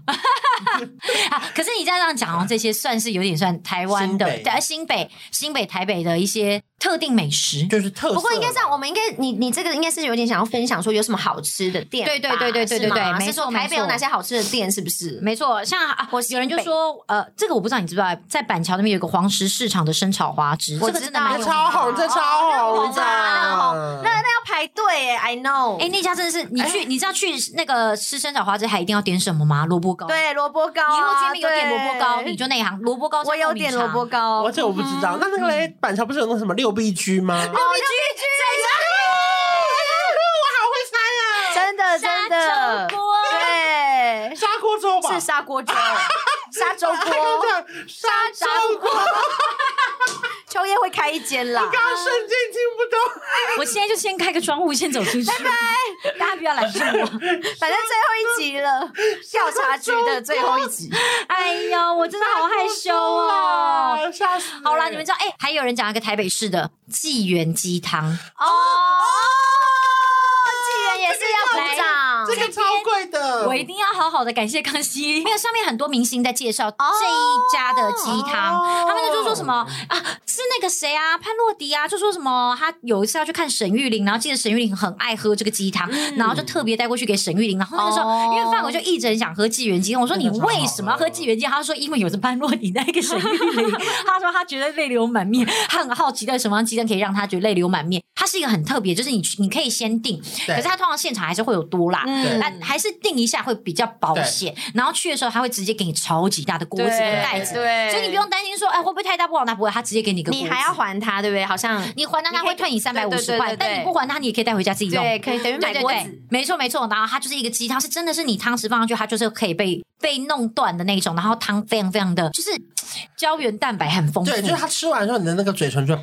啊！可是你这样讲哦，这些算是有点算台湾的新北对啊新北、新北、台北的一些特定美食。就是特色。不过应该这样，我们应该你你这个应该是有点想要分享说有什么好吃的店吧，对对对对对对是吗对没是错说没台北有错哪些好吃的店，是不是？没错，像啊我，新有人就北说，呃，这个我不知道你知不知道，在板桥那边有一个黄石市场的生炒花枝，我这个知真的道蛮哎有名的超红，这超红哦那个红的。哦那那要排队耶，I know。哎，那家真的是你去，你知道去那个吃生炒花枝还一定要点什么吗？萝卜糕。对，萝卜糕啊，你如果居民有点萝卜糕，对你就那一行萝卜糕。我有点萝卜，糕，而且我不知嗯道，那那个嘞，板桥不是有那个什么六必居吗？六必居，我好 <laughs> 会猜啊！真的真的砂粥，锅对，砂锅粥吧，是砂 <laughs> 锅粥，砂粥还跟锅。这样砂粥锅，秋叶会开一间啦，刚刚瞬间听不 <laughs> 懂。我现在就先开个窗户，先走出去。拜拜，大家不要拦住我。反正最后一集了，调查局的最后一集。哎呀，我真的好害羞 <laughs> 哦。啊，吓死！好啦，你们知道，哎，还有人讲一个台北市的纪元鸡汤，啊哦，纪元也是要鼓掌。这个超贵的，的我一定要好好的感谢康熙，因为上面很多明星在介绍这一家的鸡汤，哦他们就说什么啊，是那个谁啊，潘洛迪啊，就说什么他有一次要去看沈玉玲，然后记得沈玉玲很爱喝这个鸡汤，然后就特别带过去给沈玉玲，然后那个时候、哦因为范伟就一直很想喝纪元鸡汤，我说你为什么要喝纪元鸡汤？他说因为有着潘洛迪那个沈玉玲，他说他觉得泪流满面，他很好奇到底什么样鸡汤可以让他觉得泪流满面，它是一个很特别，就是你你可以先定，对可是它通常现场还是会有多啦，嗯但还是定一下会比较保险。然后去的时候，他会直接给你超级大的锅子跟盖子，对，所以你不用担心说，哎，会不会太大不好拿？不会，他直接给你一个锅子你还要还他，对不对？好像你还他，他会退你三百五十块，对对对对对但你不还他，你也可以带回家自己用。对，可以等于对买对锅对子。，没错没错。然后它就是一个鸡汤，是真的是你汤匙放上去，它就是可以被被弄断的那种。然后汤非常非常的，就是胶原蛋白很丰富，对，就是他吃完之后，你的那个嘴唇就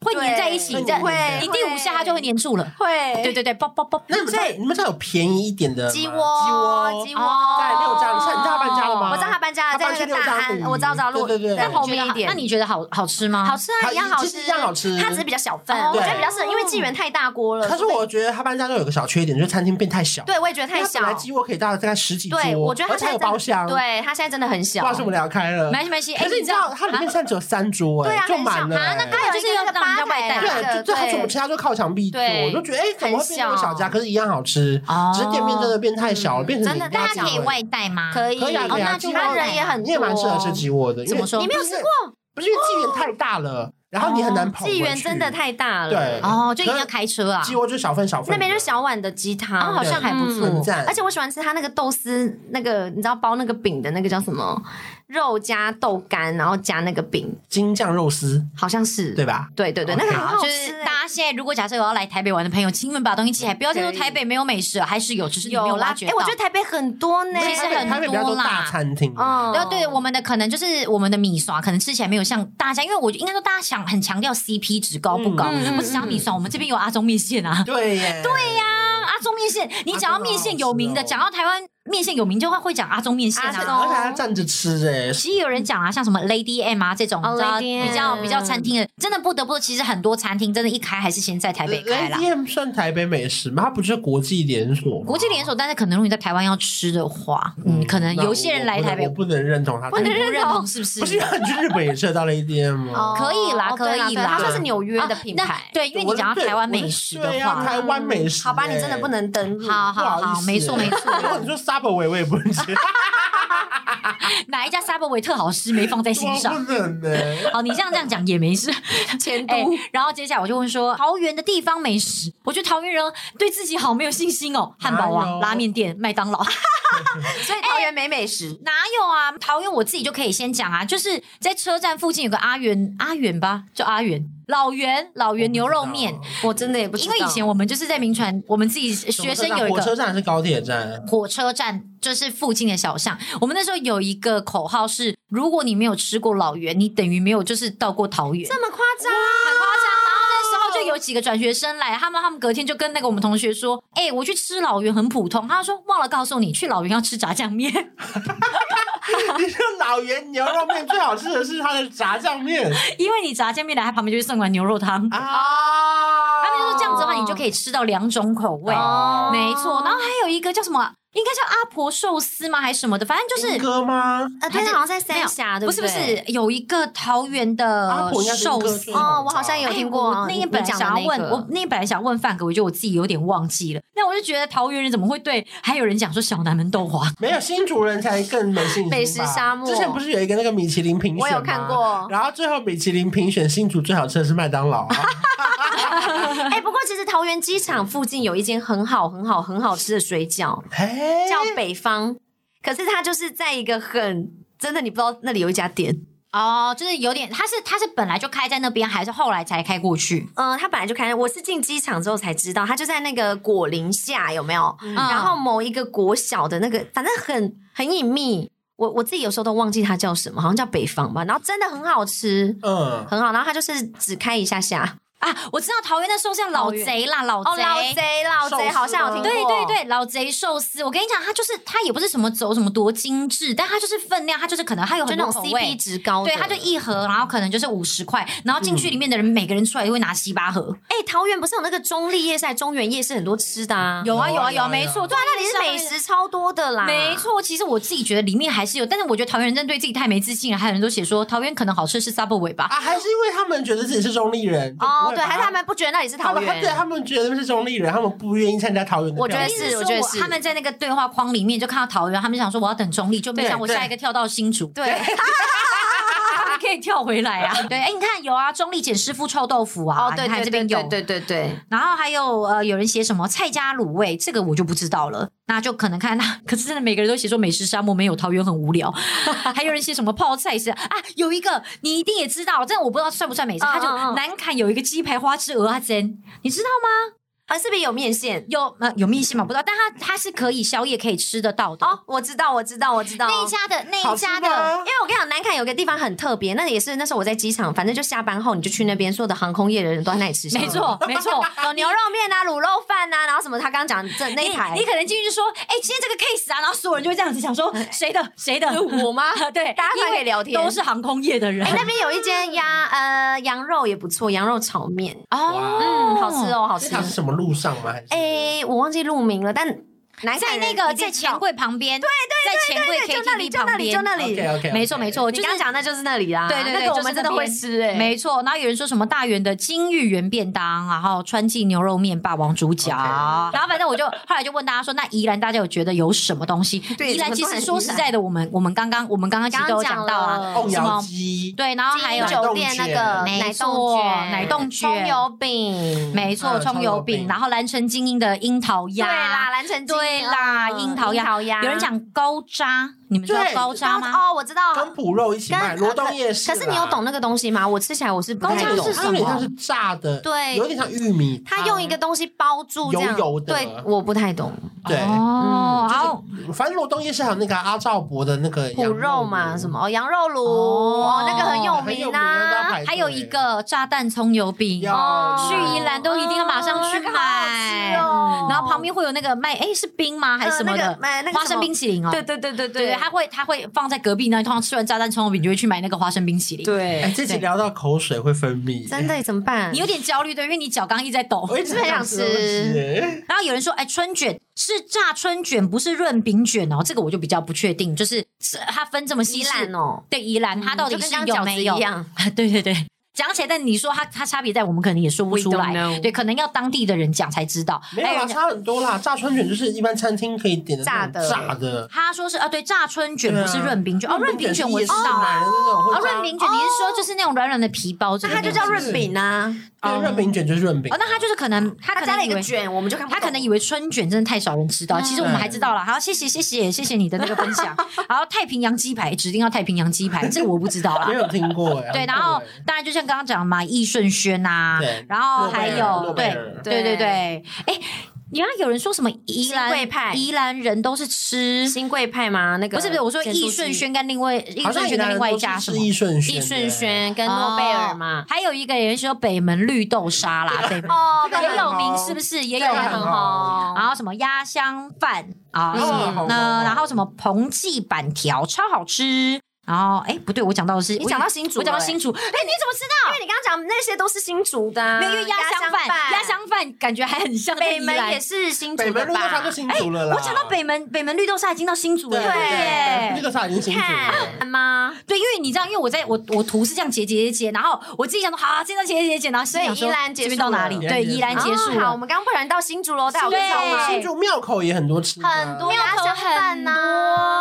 会粘在一起，对这样会你第五下它就会粘住了。会对对对，啵啵啵。那你们在你们在有便宜一点的吗鸡窝鸡鸡窝窝在六家，你知道你知道他搬家了吗？我知道他搬家了，他在搬去那个六大家安，谷我知道，知道路对对对在那旁旁边边一点。那你觉得好好吃吗？好吃啊，它一样好其吃，实一样好吃它只是比较小份，哦我觉得对比较适合，因为纪元太大锅了。可是我觉得他搬家就有个小缺点，就是餐厅变太小。对，我也觉得因为太它小本。来鸡窝可以大大概十几桌，对，我觉得它而且还现在有真包的厢。，对它现在真的很不小知道。是我们聊开了没。关系没关系。哎可是你知道，它里面现在只有三桌，对哎啊，就满了。很小啊哎那它有就是要一个让人家外带吧对，就最好吃。我对们其他就靠墙壁坐，对我就觉得哎，怎么会变那么很小嗯小家？可是一样好吃哦，只是店面真的变太小了，变成真的你那家它鸡窝可以外带吗？可以，哦可以啊，可以啊，那鸡就窝他它人也很多，你也蛮适合吃鸡窝的。因为怎么说你没有吃过？哦不是因为纪元太大了，然后你很难跑回去。纪元真的太大了。对哦，就一定要开车啊。鸡窝就是小份小份的，嗯那边就是小碗的鸡汤，嗯哦，好像还不很错。赞，而且我喜欢吃它那个豆丝，那个你知道包那个饼的那个叫什么？肉加豆干，然后加那个饼，京酱肉丝好像是对吧？对对对 OK 那个很好就吃是欸。大家现在如果假设有要来台北玩的朋友，请你们把东西记起来，不要再说台北没有美食，啊还是有，只是你没有有啦挖，掘哎、到。哦我觉得台北很多呢，其实很台北比较多大餐厅，嗯，对对，我们的可能就是我们的米刷，可能吃起来没有像大家，因为我应该说大家想很强调 CP 值高哦不高，嗯嗯嗯不只讲米刷，我们这边有阿中面线啊，对耶，对呀，啊阿中面线，你讲到面线有名的，阿中讲好到台湾面线有名就会会讲阿中面线阿啊中。而且还站着吃哎，其实有人讲啊，像什么 Lady M 啊这种，哦你知道 Lady M 比较比较餐厅的，真的不得不说，其实很多餐厅真的，一开还是先在台北开啦。店 E 算台北美食吗？它不是国际连锁吗，国际连锁，但是可能如果你在台湾要吃的话，嗯，可能有些人来台北我不能我不能认同它，不不能认同，是不是？是因为你去日本也吃得到了一店吗？可以啦可以啦哦对它算是纽约的品啊牌那。对，因为你讲到台湾美食的对呀话，嗯台湾美食，好吧，你真的不。能登录。好不好意好，思没错没错。如果你说 Subway，我也不能吃， <laughs> 哪一家 Subway 特好吃没放在心我上？不能呢。好，你这样这样讲也没事。前哎、然后接下来我就问说，桃园的地方美食，我觉得桃园人对自己好没有信心哦，汉堡哪有王、拉面店、麦当劳。 <laughs> 所以桃园美美食。哪有啊？桃园我自己就可以先讲啊，就是在车站附近有个阿元，阿元吧，就阿元，老元老元牛肉面。我真的也不知因道，为以前我们就是在民传，我们自己学生有一火车个站还是高铁站？ <laughs> 火车站，就是附近的小巷。我们那时候有一个口号是：如果你没有吃过老园，你等于没有就是到过桃园。这么夸张，很夸张。然后那时候就有几个转学生来，他们他们隔天就跟那个我们同学说：“哎、我去吃老园很普通。”他说：“忘了告诉你，去老园要吃炸酱面。 <laughs> 你说老袁牛肉面最好吃的是它的炸酱面因为你炸酱面来，他旁边就是送碗牛肉汤。啊啊！哦他们就说这样子的话，你就可以吃到两种口味，哦没错。然后还有一个叫什么，应该叫阿婆寿司吗？还是什么的？反正就是。歌吗？呃，对，还是它好像在没三有峡，对不对？是不是，有一个桃园的阿婆应该是寿莺歌司最有名哦，我好像有听过哎啊我那你天本来你讲的想要问，那个我那天本来想问范哥，我觉得我自己有点忘记了。那我就觉得桃园人怎么会对？还有人讲说小南门豆花， <laughs> 没有新竹人才更没信心吧。美食沙漠之前不是有一个那个米其林评选吗我有看过然后最后米其林评选新竹最好吃的是麦当劳 <laughs> 啊， <laughs> 哎、不过其实桃园机场附近有一间很好、很好、很好吃的水饺，嘿，叫北方，可是它就是在一个很真的，你不知道那里有一家店。哦，就是有点，他是他是本来就开在那边，还是后来才开过去？嗯、它本来就开，我是进机场之后才知道，它就在那个果林下，有没有？嗯然后某一个国小的那个，反正很很隐秘。我我自己有时候都忘记它叫什么，好像叫北方吧。然后真的很好吃，嗯，很好。然后它就是只开一下下，啊，我知道桃园那时候像老贼啦，老哦，贼。老贼，老寿司贼，好像有吗听过。对对对，老贼寿司，我跟你讲，它就是它也不是什么走什么多精致，但它就是分量，它就是可能它有就很那多种口 CP 味，值高的，对，它就一盒，然后可能就是五十块，然后进去里面的人、每个人出来都会拿七八盒，哎、桃园不是有那个中立夜市、中原夜市很多吃的啊？有啊有有啊啊有有啊啊，没错，对啊，那里是美食超多的啦，没。错，其实我自己觉得里面还是有，但是我觉得桃园人真的对自己太没自信了。还有人都写说桃园可能好吃是 Subway 吧，啊，还是因为他们觉得自己是中立人就哦，不会对，把还是他们不觉得那里是他桃们对园，他们觉得是中立人，他们不愿意参加桃园的票。我觉得意思是说我觉得是他们在那个对话框里面就看到桃园，他们想说我要等中立，就没对想我对下一个跳到新竹，对， <laughs> 他们可以跳回来 <laughs> 啊。对，哎，你看有啊，中立简师傅臭豆腐啊，哦，对你看对这对边有对。对对对，然后还有呃，有人写什么蔡家卤味，这个我就不知道了。那就可能看他，可是真的每个人都写说美食沙漠没有桃园很无聊。 <laughs> 还有人写什么泡菜是啊，有一个你一定也知道，但我不知道算不算美食。嗯他就嗯嗯南坎有一个鸡排花枝鹅阿珍，你知道吗？啊，是不是有面线？有呃有面线吗？不知道，但它它是可以宵夜可以吃得到的。哦，我知道，我知道，我知道。那一家的那好一吃家吗的，因为我跟你讲，南坎有个地方很特别，那也是那时候我在机场，反正就下班后你就去那边，所有的航空业的人都在那里吃。没，错没 <laughs> 错。有牛肉面啊、卤肉饭啊，然后什么他刚刚讲这那你一台你，可能进去就说，哎、今天这个 case 啊，然后所有人就会这样子想说，谁的谁的，哎我吗 <laughs> 对，大家因为可以聊天都是航空业的人哎、。那边有一间鸭呃羊肉也不错，羊肉炒面， <laughs> 哦嗯，好吃哦，好这吃条。是什么路上吗？还是哎、我忘记路名了，但南在坎那人个一定在知钱道柜旁边，对对对钱就柜那 KTV 里就那旁里边，就那里。 OK OK，没错没错，你就刚刚是讲那就是那里啦，对对对那个我就们是真的那会边吃哎、没错。然后有人说什么大园的金玉园便当，然后川记牛肉面霸王猪脚， OK 然后反正我就后来就问大家说，那宜兰大家有觉得有什么东西？对宜兰什么其都很实宜说实在的，我们我们刚刚我们刚刚其实都有讲到刚啊刚，凤什窑么鸡，对，然后还有鸡肉酒店那个没奶冻错卷、奶冻卷葱油饼，没嗯错，葱葱油油饼饼，然后蓝城精英的樱桃对鸭，啦，蓝城精对啦嗯樱桃鸭樱桃鸭有人讲高渣，你们知道对高渣吗？哦，我知道，跟脯肉一起卖，跟罗东夜市啦。哎哦可是你有懂那个东西吗？我吃起来我是不高太渣它有懂是点，什它么有点像是炸的，对有点像玉米汤。它用一个东西包住这样，油油的对，我不太懂。对，哦，然后就是反正罗东夜市还有那个啊阿赵伯的那个脯羊肉嘛，什么哦，羊肉炉哦哦，那个很有很有名名啊大家啊排。队还有一个炸弹葱油饼，要哦去宜兰都一定要马上去哦那个好买好吃哦然后旁边会有那个卖，哎，是冰吗？还是什么呃那的个买那个什么花生冰淇淋哦？对对对对对，它会它会放在隔壁呢。通常吃完炸弹葱油饼，就会去买那个花生冰淇淋。，哎，对，这集聊到口水会分泌，真的怎么办？你有点焦虑对，因为你脚刚一直在抖。我一直很想吃东西耶。然后有人说，哎，春卷是炸春卷，不是润饼卷哦。这个我就比较不确定，就是是它分这么细稀是烂哦，对宜兰，它到底嗯是就跟刚有刚饺子没有一？样？ <laughs> 对对对，讲起来，但你说它它差别在，我们可能也说不 We 出 don't 来， know 啊对，可能要当地的人讲才知道。哎没有还啦，人讲差很多啦。炸春卷就是一般餐厅可以点的那种炸的炸的，他说是啊，对，炸春卷对啊不是润饼卷哦，润饼卷我知是夜市道买啊的，那种，啊，会润加饼卷你是说就是那种软软的皮包之那类的它那就种，叫润饼啊，对润饼卷就是润饼哦，那他就是可能他它可加能了以一为个。卷，我们就看不他懂。可能以为春卷真的太少人知道，其实我们还知道了。好，谢谢谢谢谢谢你的那个分享。然后太平洋鸡排指定要太平洋鸡排，这个我不知道啦没。有听过哎。对，很然后酷哎当然就像刚刚讲的嘛，易顺轩啊对，然后还有诺贝对尔诺贝尔对对对，哎，原来有人说什么宜新贵派兰宜兰人都是吃，新贵派吗？那个不是不是，我说咸酥鸡易顺轩跟另外易好像顺云轩跟南另人外一都家是什吃么易顺轩，易顺，轩跟诺贝尔嘛哦，还有一个人说北门绿豆沙 <laughs> 啦，北门哦，这个也很有红名是不是？也有也有这个名很很。红，然后什么鸭香饭啊，嗯什么呢？嗯然后什么彭记板条超好吃。然后哎，不对，我讲到的是你讲到新竹我讲到了欸新竹，哎，你怎么知道？因为你刚刚讲那些都是新竹的啊，没有，因为嗯鸭香饭，鸭香饭感觉还很像在北宜门兰也。是新北竹门的路上吧就？新竹了啦。哎我讲到北门，北门绿豆沙已经到新竹对了，对对，那耶。个啥已经新竹了。看吗？对，因为你知道，因为我在我我图是这样截截截截，然后我自己想说，好、啊，这张截截截截，然后心想所说以宜兰结这束边到哪里？了对，宜兰结束哦好，了我。们刚刚不然到新竹喽，大家有跟上吗对新竹庙口也很多吃的啊，很多庙鸭口香很饭啊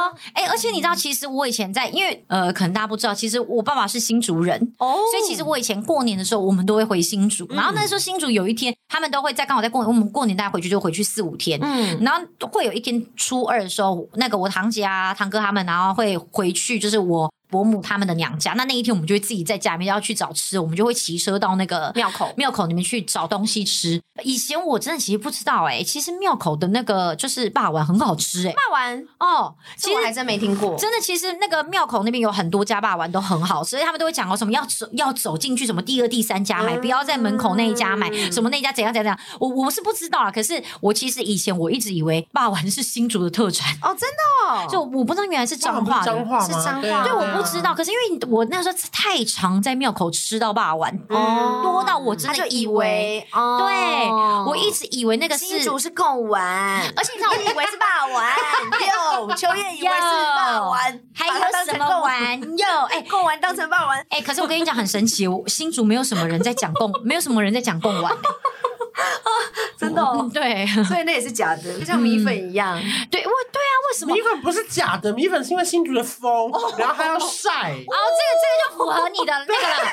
多呐，，哎、而且你知道，其实我以前在，因为呃，可能大家不知道，其实我爸爸是新竹人，哦所以其实我以前过年的时候，我们都会回新竹。然后那时候新竹有一天，他们都会在刚好在过我们过年大家回去就回去四五天，嗯，然后会有一天初二的时候，那个我堂姐啊、堂哥他们，然后会回去，就是我伯母他们的娘家。那那一天我们就会自己在家里面要去找吃，我们就会骑车到那个庙口庙口里面去找东西吃。以前我真的其实不知道哎、其实庙口的那个就是霸王很好吃哎、骂完，哦，其其实实我还真没听过。真的，其实那个庙口那边有很多家霸王都很好吃，所以他们都会讲哦，什么要走要走进去，什么第二、第三家买，嗯不要在门口那一家买，什么那一家怎样怎样怎样。我我是不知道啊，可是我其实以前我一直以为霸王是新竹的特产，哦，真的哦，就我不知道原来是彰化彰的。化是吗？彰化对啊对，我啊不知道，可是因为我那时候太常在庙口吃到霸王，哦多到我真他的就以以为，为，哦对我一直以为那个是新竹是贡丸， <laughs> 而且你知道我以为是霸丸， <laughs> 哟，秋叶以为是霸丸，还把它有当成什贡么？ <laughs> 玩意儿？哎哎，贡丸当成霸丸，哎、可是我跟你讲很神奇，我新竹没有什么人在讲贡，没有什么人在讲贡丸、真的嗯， <laughs> 哦，对所以那也是假的，就像米粉一样。 <laughs> <laughs> 对，我对啊，为什么？米粉不是假的，米粉是因为新竹的风，然后还要晒。哦，这个这个就符合你的那个了，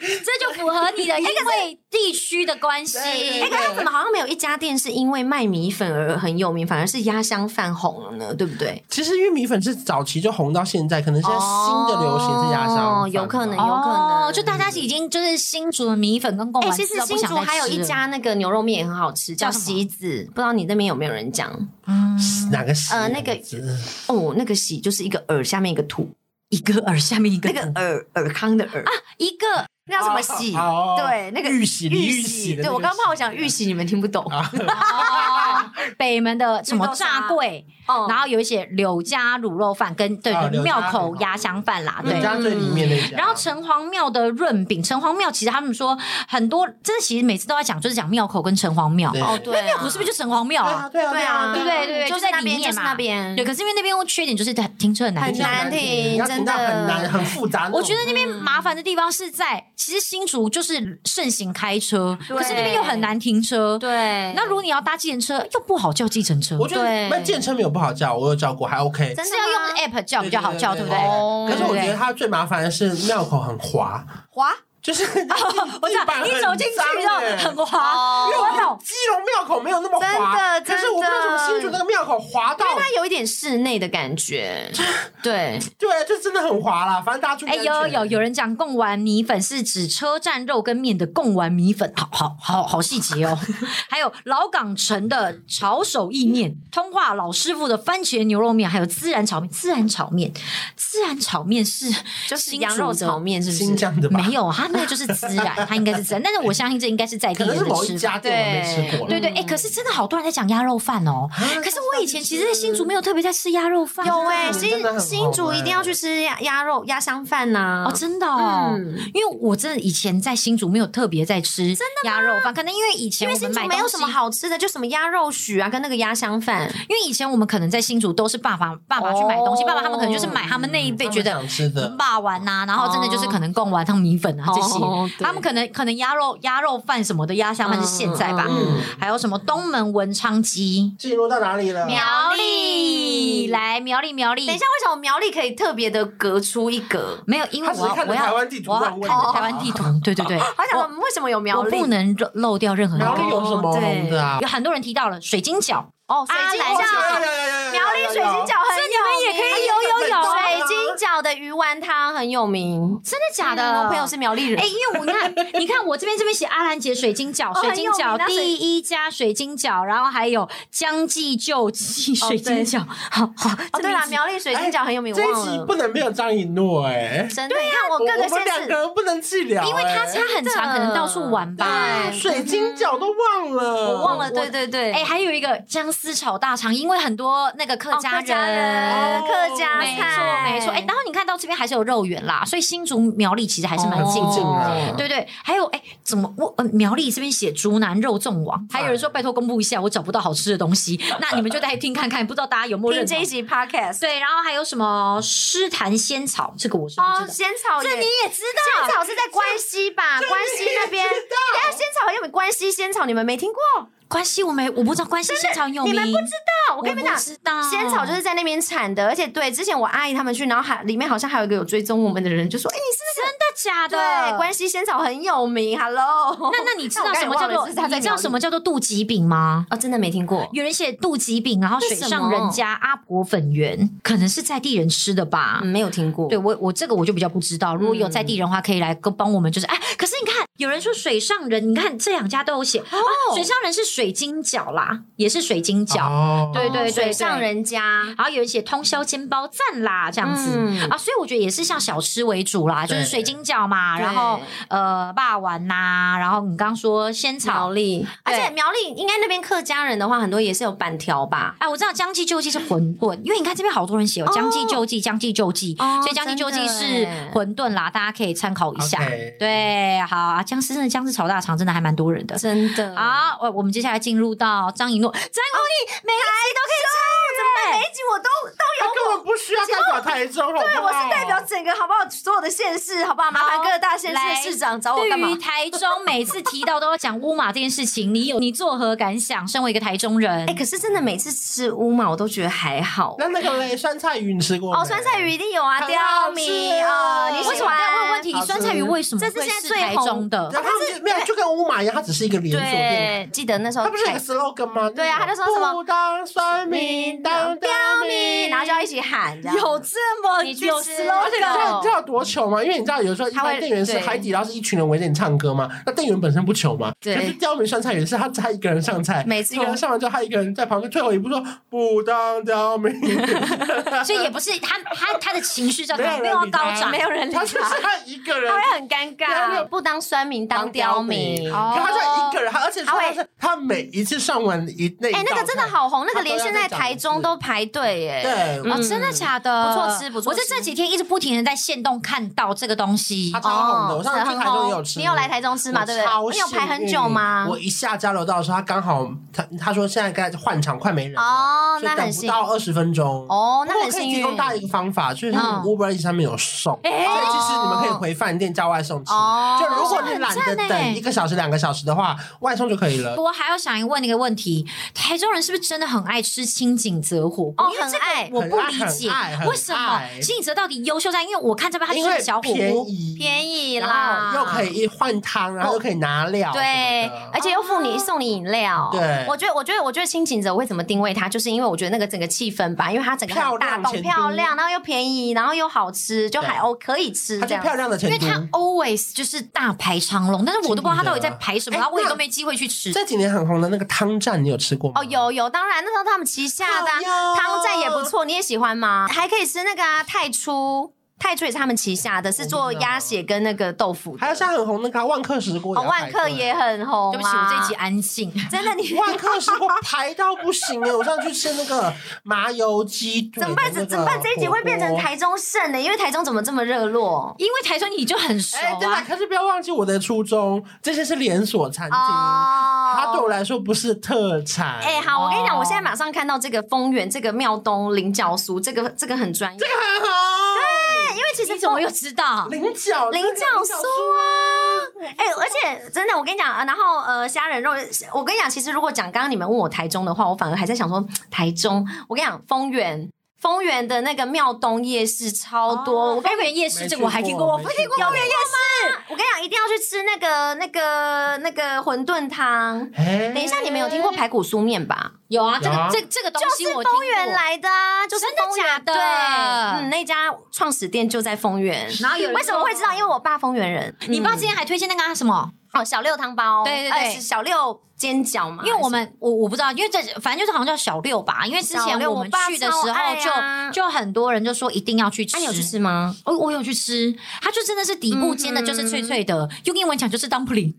这就符合你的，因为地区的关系。对哎，可是怎么好像没有一家店是因为卖米粉而很有名，反而是鸭香饭红了呢？对不对？其实因为米粉是早期就红到现在，可能现在新的流行是鸭香饭吧，哦有可能哦可能就大家已经就是新竹的米粉跟贡哎、丸、其实新竹还有一，家那个牛肉面也很好吃，叫叫什么喜子，不知道你那边有没有人讲？嗯，哪个喜呃那个哦，那个喜就是一个耳下面一个土，一个耳下面一个那个耳耳康的耳啊，一个那叫什么喜？哦哦对，那个玉玺玉玉玺的那啊对个我刚刚怕我讲玉玺，你们听不懂。嗯哦，北门的什么绿豆炸沙桂，哦然后有一些柳家卤肉饭跟对啊柳家庙卤口肉嗯鸭香饭啦，对嗯人。家最里面那家。然后城隍庙的润饼，城隍庙其实他们说很多，真的其实每次都在讲，就是讲庙口跟城隍庙。对那哦，对啊，庙口是不是就城隍庙对啊啊？对啊对啊对不对？对，就就是在那里边面就是嘛。那边对，可是因为那边缺点就是它停车很难很停。难听你要停到真的很难很复杂。我觉得那边麻烦的地方是在，其实新竹就是盛行开车，对可是那边又很难停车。对那如果你要搭计程车，又不好叫计程车，我觉得对那建车没有不好叫，我有叫过，还 OK。真是的要吗用 app 叫比较好叫，对对不对对？哦可是我觉对得它最麻烦的是庙口很滑，滑就是 <laughs> 哦我知地道板一走进去很就脏欸很滑，我懂。基隆庙口没有那么滑，真的真的可是我不知道为什么新竹那个庙口滑到，它有一点室内的感觉，对，对，就真的很滑啦。反正大家注意哎、安全。有有有人讲贡丸米粉是指车站肉跟面的贡丸米粉，好好好好细节哦。还有老港城的炒手意面，通化老师傅的番茄牛肉面，还有孜然炒面。孜然炒面，孜然炒面是就是新羊竹肉的炒面，是不新是？疆的吧？没有，它那个就是孜然，它应该是孜然，但是我相信这应该是在地哎可能人是的某吃一法。家店我没吃过了。对对，哎、可是真的好多人在讲鸭肉饭哦。可是我以前其实，在新竹没有特别在吃鸭肉饭，啊有哎、真的很新红新竹哎一定要去吃鸭鸭肉鸭香饭呐、哦，真的哦，嗯因为我真的以前在新竹没有特别在吃鸭肉饭，可能因为以前因为我新们竹买没有东什西嗯么，好吃的，就什么鸭肉许啊，跟那个鸭香饭。因为以前我们可能在新竹都是爸爸爸爸去买东西，哦爸爸他们可能就是买他们那一辈觉得他嗯们想吃的，霸丸呐、然后真的就是可能贡丸汤米粉啊哦这些，对他们可能可能鸭肉鸭肉饭什么的鸭香饭是现在吧，嗯嗯还有什么东门文昌鸡。进入到哪里了？苗栗栗来，苗栗，苗栗。等一下，，为什么苗栗可以特别的隔出一格？没有，因为他只我是要看着我要台湾地图我要乱问看着的台湾地图，对对对，好想我问为什么有 <laughs> 苗我栗？不能漏漏掉任何一个苗栗有什哦么红的啊？有很多人提到了水晶饺，哦，水晶啊饺，来苗哦栗水晶饺很有名，所以你们也可以有有有水晶饺的鱼丸汤很有名。真的假嗯的？我朋友是苗栗人哎、，因为我你看，你看我这边这边写阿兰姐水晶饺，哦水晶很有名饺那水第一家水晶饺，然后还有江记救济水晶饺，好好哦对这名啦，字苗栗水晶饺很有名，我这一忘集了。不能没有张一诺哎，真的，你看哦我我啊各个我们县两市个人不能治疗，因为他哎他很真的常可能到处玩吧。对水晶饺都忘了，哦我忘了，我对对对，哎、还有一个姜丝炒大肠，因为很多那个客哦家客家人人。客家没错，菜，没错。哎、然后你看到这边还是有肉圆啦，所以新竹苗栗其实还是蛮近哦的。的对对，还有哎，怎么我呃苗栗这边写竹南肉粽王，还有人说拜托公布一下，我找不到好吃的东西，那你们就来听看看，不知道大家有没有听认这同一？集 podcast 对，然后还有什么诗坛仙草，这个我是不哦，知道。仙草这也你也知道，啊仙草是在关西吧？关西那边，等一下仙草很有名，关西仙草你们没听过？关系我没我不知道关系仙草很有名，你们不知道，我我跟你们不讲，知道仙草就是在那边产的，而且对，之前我阿姨他们去，然后还里面好像还有一个有追踪我们的人，就说：“哎、真的假你是的？对关系仙草很有名，Hello。”那那你知那道我刚才什么叫忘了做是他在你知道苗栗什么叫做肚脐饼吗？哦，真的没听过，有人写肚脐饼，然后水为什上么人家阿婆粉圆，可能是在地人吃的吧？嗯、没有听过。对我我这个我就比较不知道，如果有在地人的话，可以来跟帮我们，就是哎，嗯可是你看有人说水上人，你看这两家都有哦写、啊，水上人是水晶饺啦，也是水晶饺，哦，对对对水上。对人家然后有人写通宵煎包赞啦，这样子、嗯啊，所以我觉得也是像小吃为主啦，就是对水晶饺嘛，然后呃霸丸呐、然后你刚说仙苗草，栗，而且对苗栗应该那边客家人的话，很多也是有板条吧？哎，我知道江记救济是馄饨，因为你看这边好多人写有哦江记救济，江记救济，哦所以江记救济真是的耶馄饨啦，大家可以参考一下。 OK 对，好啊，僵尸真的僵尸炒大肠真的还蛮多人的。真的啊！好，我我们接下来进入到张一诺，张一诺你每一集都可以参与，每一集我都他都有根啊我。本不需要代表台中，好不好？对，我是代表整个好不好？所有的县市好不好？麻烦好各大县市来的市长找我干嘛对于？台中每次提到都要讲乌马这件事情，你有你作何感想？身为一个台中人，哎、可是真的每次吃乌嘛，我都觉得还好。那那个嘞，酸菜鱼你吃过没哦，酸菜鱼一定有啊，很刁好吃米啊哦，你为喜什么欢不要问问题？好吃酸菜鱼为什么这是会现在是最台红中的？哦然后它没有，就跟乌马一样，它只是一个连锁店。对，记得那时候它不是有一个 slogan 吗？对啊他就说什么不当酸民当刁米，民，然后就要一起喊，这样这么你去有吃 slogan？而而且你知道你知道多穷吗？因为你知道有时候一他会般店员是对海底捞是一群人围着你唱歌嘛，那店员本身不穷嘛。对可是刁民上菜也是他他一个人上菜，每次一个人上完之后，他一个人在旁边退后一步说不当刁 <laughs> 民，所以也不是他他他的情绪叫没有人没有要理高他涨没，有人理他就是他，他一个人他。会很尴尬，不当酸民当刁民。可哦他就一个人，他而且他会他是他每一次上完一那一哎，那道个真的菜好红，那个连他都要现在再讲一台中次都排队耶。对，哦，嗯真的假的？不错吃不错我是吃这几天一直不停的在现动看到这个东西他，超红的，我上次去台中也有吃，你有来台中吃嘛？对不我对？超你有排很幸运久吗？我一下交流道的时候，他刚好他他说现在该换场，快没人了，啊哦，所以那等很不幸到二十分钟。哦，不那过很我可以幸提运供大家一个方法，就是嗯 Uber E 上面有送，所哎以其实你们可以回饭店叫外送吃。哦。就如果你懒得很赞欸等一个小时、两个小时的话，外送就可以了。我还要想问一个问题：台中人是不是真的很爱吃清井泽火锅？哦因为这很爱个我不理解很爱很爱为什么很爱清井泽到底优秀在？因为我看这边它就因是为个小火便锅，宜，便宜然后啦，哦又可以换汤，然后又可以拿料什么对的，啊哦而且又付你送你饮料。对我觉得，我觉得，我觉得清景泽我会怎么定位它，就是因为我觉得那个整个气氛吧，因为它整个漂很大亮栋前途漂亮，然后又便宜，然后又好吃，就对还哦可以吃它这就样。漂亮的因程为度。它 always 就是大排长龙，但是我都不知道它到底在排什么，清井泽然后我也都没机会去吃。这几年很红的那个汤站，你有吃过吗？哦，有有，当然那时候他们旗下的啊好哟汤站也不错，你也喜欢吗？还可以吃那个啊太初，太初也是他们旗下的，是做我不知道鸭血跟那个豆腐的。还有现在很红那个啊万客石锅也哦，要万排队，客也很红啊。对不起，我这一集安静。<laughs> 真的 <laughs> 你万客石锅排到不行哎！我上次去吃那个麻油鸡腿的怎么那个火锅，办？怎怎么办？ <laughs> 这一集会变成台中盛的，因为台中怎么这么热络？因为台中你就很熟哎，对吧？啊，可是不要忘记我的初衷，这些是连锁餐厅，它对我来说不是特产。哦哎、好，我跟你讲，哦我现在马上看到这个丰原、这个庙东菱角酥，这个这个很专业，这个很好，因为其实你怎么又知道？菱角菱角酥啊，哎、而且真的，我跟你讲，呃然后呃，虾仁肉，我跟你讲，其实如果讲刚刚你们问我台中的话，我反而还在想说台中，我跟你讲，丰原。丰原的那个庙东夜市超多，我跟高原夜啊市这个我还听过，没我去过听过没去过高原夜我跟你讲，一定要去吃那个那个那个馄饨汤。哎，等一下，你们有听过排骨酥面吧？有啊，这有个啊这这个东就西是我听丰原过。来的啊，就是真的丰原假的对，嗯，那家创始店就在丰原。然后有人为什么说会知道？因为我爸丰原人，你爸之前还推荐那个、啊、什么？哦小六汤包，对对呃对是小六煎饺嘛，因为我们我我不知道，因为这反正就是好像叫小六吧。因为之小前六我我们爸去的时超候爱就、啊就很多人就说一定要去吃。那你有去吃？吗？我我有去吃，它就真的是底部煎的，嗯哼就是脆脆的，用英文讲就是 dumpling，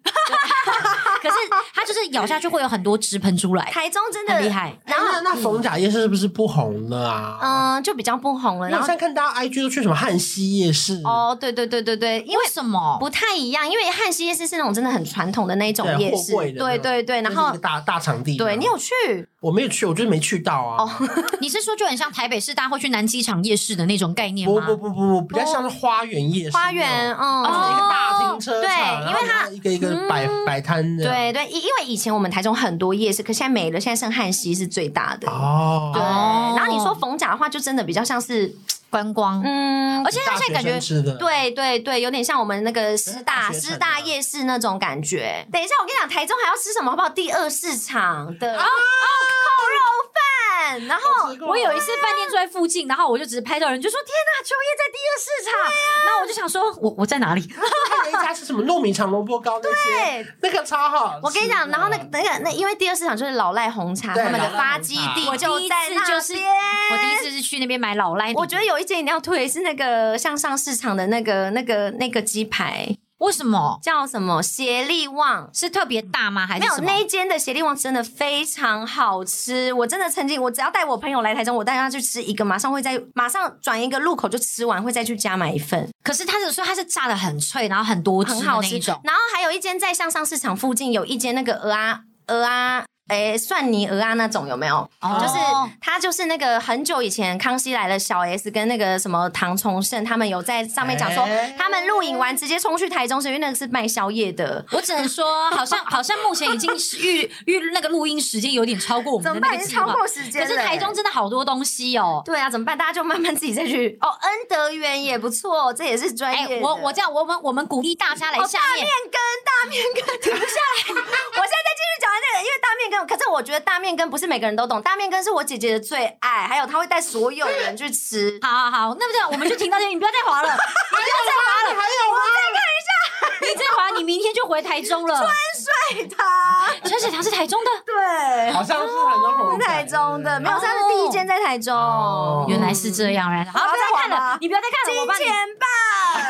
可是它就是咬下去会有很多汁喷出来，台中真的很厉，害。哎，然后那那逢甲夜市是不是不红了啊？嗯，就比较不红了。因为然我现在后看大家 IG 都去什么汉西夜市，哦，对对对对对，因因为为什么？不太一样，因为汉西夜市是那种真的很传统的那一种对夜货市，柜的那对种对对，就是然一后个。大大场地嘛，对你有哦去？我没有去，我就是没去到啊。你是说就很像台北市大家会去南机场夜市的那种概念不吗？不不不不，比较像是花园夜市那种，哦花园，嗯，就是一个大停车对场，因为它嗯它一个一个摆摆摊的，对对，因因为为以前我们台中很多夜市，可现在没了，现在剩汉西是最大的。哦，对，哦然后你说逢甲的话，就真的比较像是，观光，嗯，而且它大现在学感觉生吃的，对对对，有点像我们那个师大大学城师大的夜市那种感觉。等一下，我跟你讲，台中还要吃什么好不好？第二市场的哦哦扣肉饭，然后吃过我有一次饭店住在附近，然后我就只是拍到人，就说天哪，秋叶在第二市场。啊然后我就想说，我我在哪里？还有哎一家是什么糯米肠萝卜糕那些，对。那个超好吃的。我跟你讲，然后那个那个那，因为第二市场就是老赖红茶对他们的老赖发红基茶地我第就一在次那就是边。我第一次是去那边买老赖，我觉得有一间一定要推是那个向上市场的那个那个那个鸡排，为什么叫什么协力旺。是特别大吗？还哎是没有什么那一间的协力旺真的非常好吃，我真的曾经我只要带我朋友来台中，我带他去吃一个，马上会再马上转一个路口就吃完，会再去家买一份，可是它是说它是炸的很脆，然后很多汁很的好那吃。一种。然后还有一间在向上市场附近有一间那个鹅啊鹅啊，诶、蒜泥鹅啊那种有没有？哦就是他就是那个很久以前康熙来了小 S 跟那个什么唐崇盛他们有在上面讲说，哎他们露营完直接冲去台中市，因为那个是卖宵夜的。我只能说，好像好像目前已经是预预那个录音时间有点超过我们的那个计划。时可是台中。真的好多东西哦。对啊，怎么办？大家就慢慢自己再去哦。恩德园也不错，这也是专哎、业的、哦我我这样，我们我们鼓励大家来下面。大面羹，大面羹，停不下 <laughs> 来。我现在再继续讲完这个，因为大面羹，可是我觉得大面羹不是每个人都懂。大面羹是我姐姐的最爱，还有她会带所有人去吃。好好好，那不这样，我们就停到这里，你不要再滑了，你不要哎再滑了，还有吗？我再看一下，你再滑，你明天就回台中 <laughs> 了。对她，春水堂是台中的，对，好像是台中红仔台中的，没有，哦这是第一间在台中。哦原来是这样，原来是好，不要好再看再滑吧了，你不要再看了，我怕你， <laughs> 我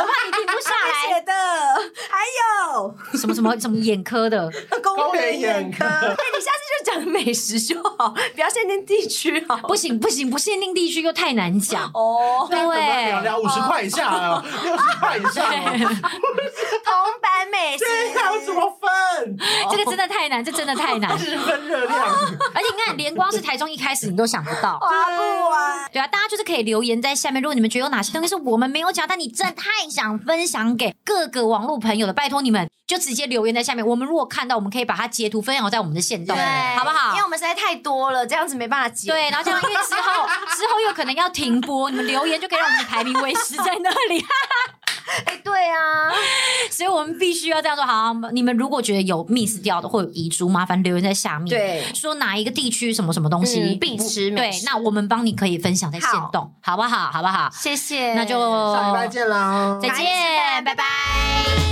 吧，怕你停不下来。的，还有什么什么什么眼科的， <laughs> 公园眼 <laughs> 科哎，你下次就讲美食就好，不要限定地区好。不行不行，不限定地区又太难讲。哦，对，聊聊五十块以下啊，六十块以下哦，铜板美食，这还有什么分？这个真的太难，这真的太 <laughs> 难。十分热量，而且你看，连光是台中一开始你都想不到。花不完。对啊，大家就是可以留言在下面，如果你们觉得有哪些东西是我们没有讲，但你真的太想分享给各个网络朋友的，拜托你们就直接留言在下面。我们如果看到，我们可以把它截图分享在我们的线动，对，好不因为好？我们实在太多了，这样子没办法解。对，然后这样，因为之后之后有可能要停播，你们留言就可以让我们的排名维持在那里， <laughs> 哎，对啊，所以我们必须要这样做。好，啊你们如果觉得有 miss 掉的或有遗珠，麻烦留言在下面。。对，说哪一个地区什么什么东西、嗯必吃美对食，那我们帮你可以分享在线动，好不好？好不好？谢谢，那就下礼拜见啦。再见，拜拜。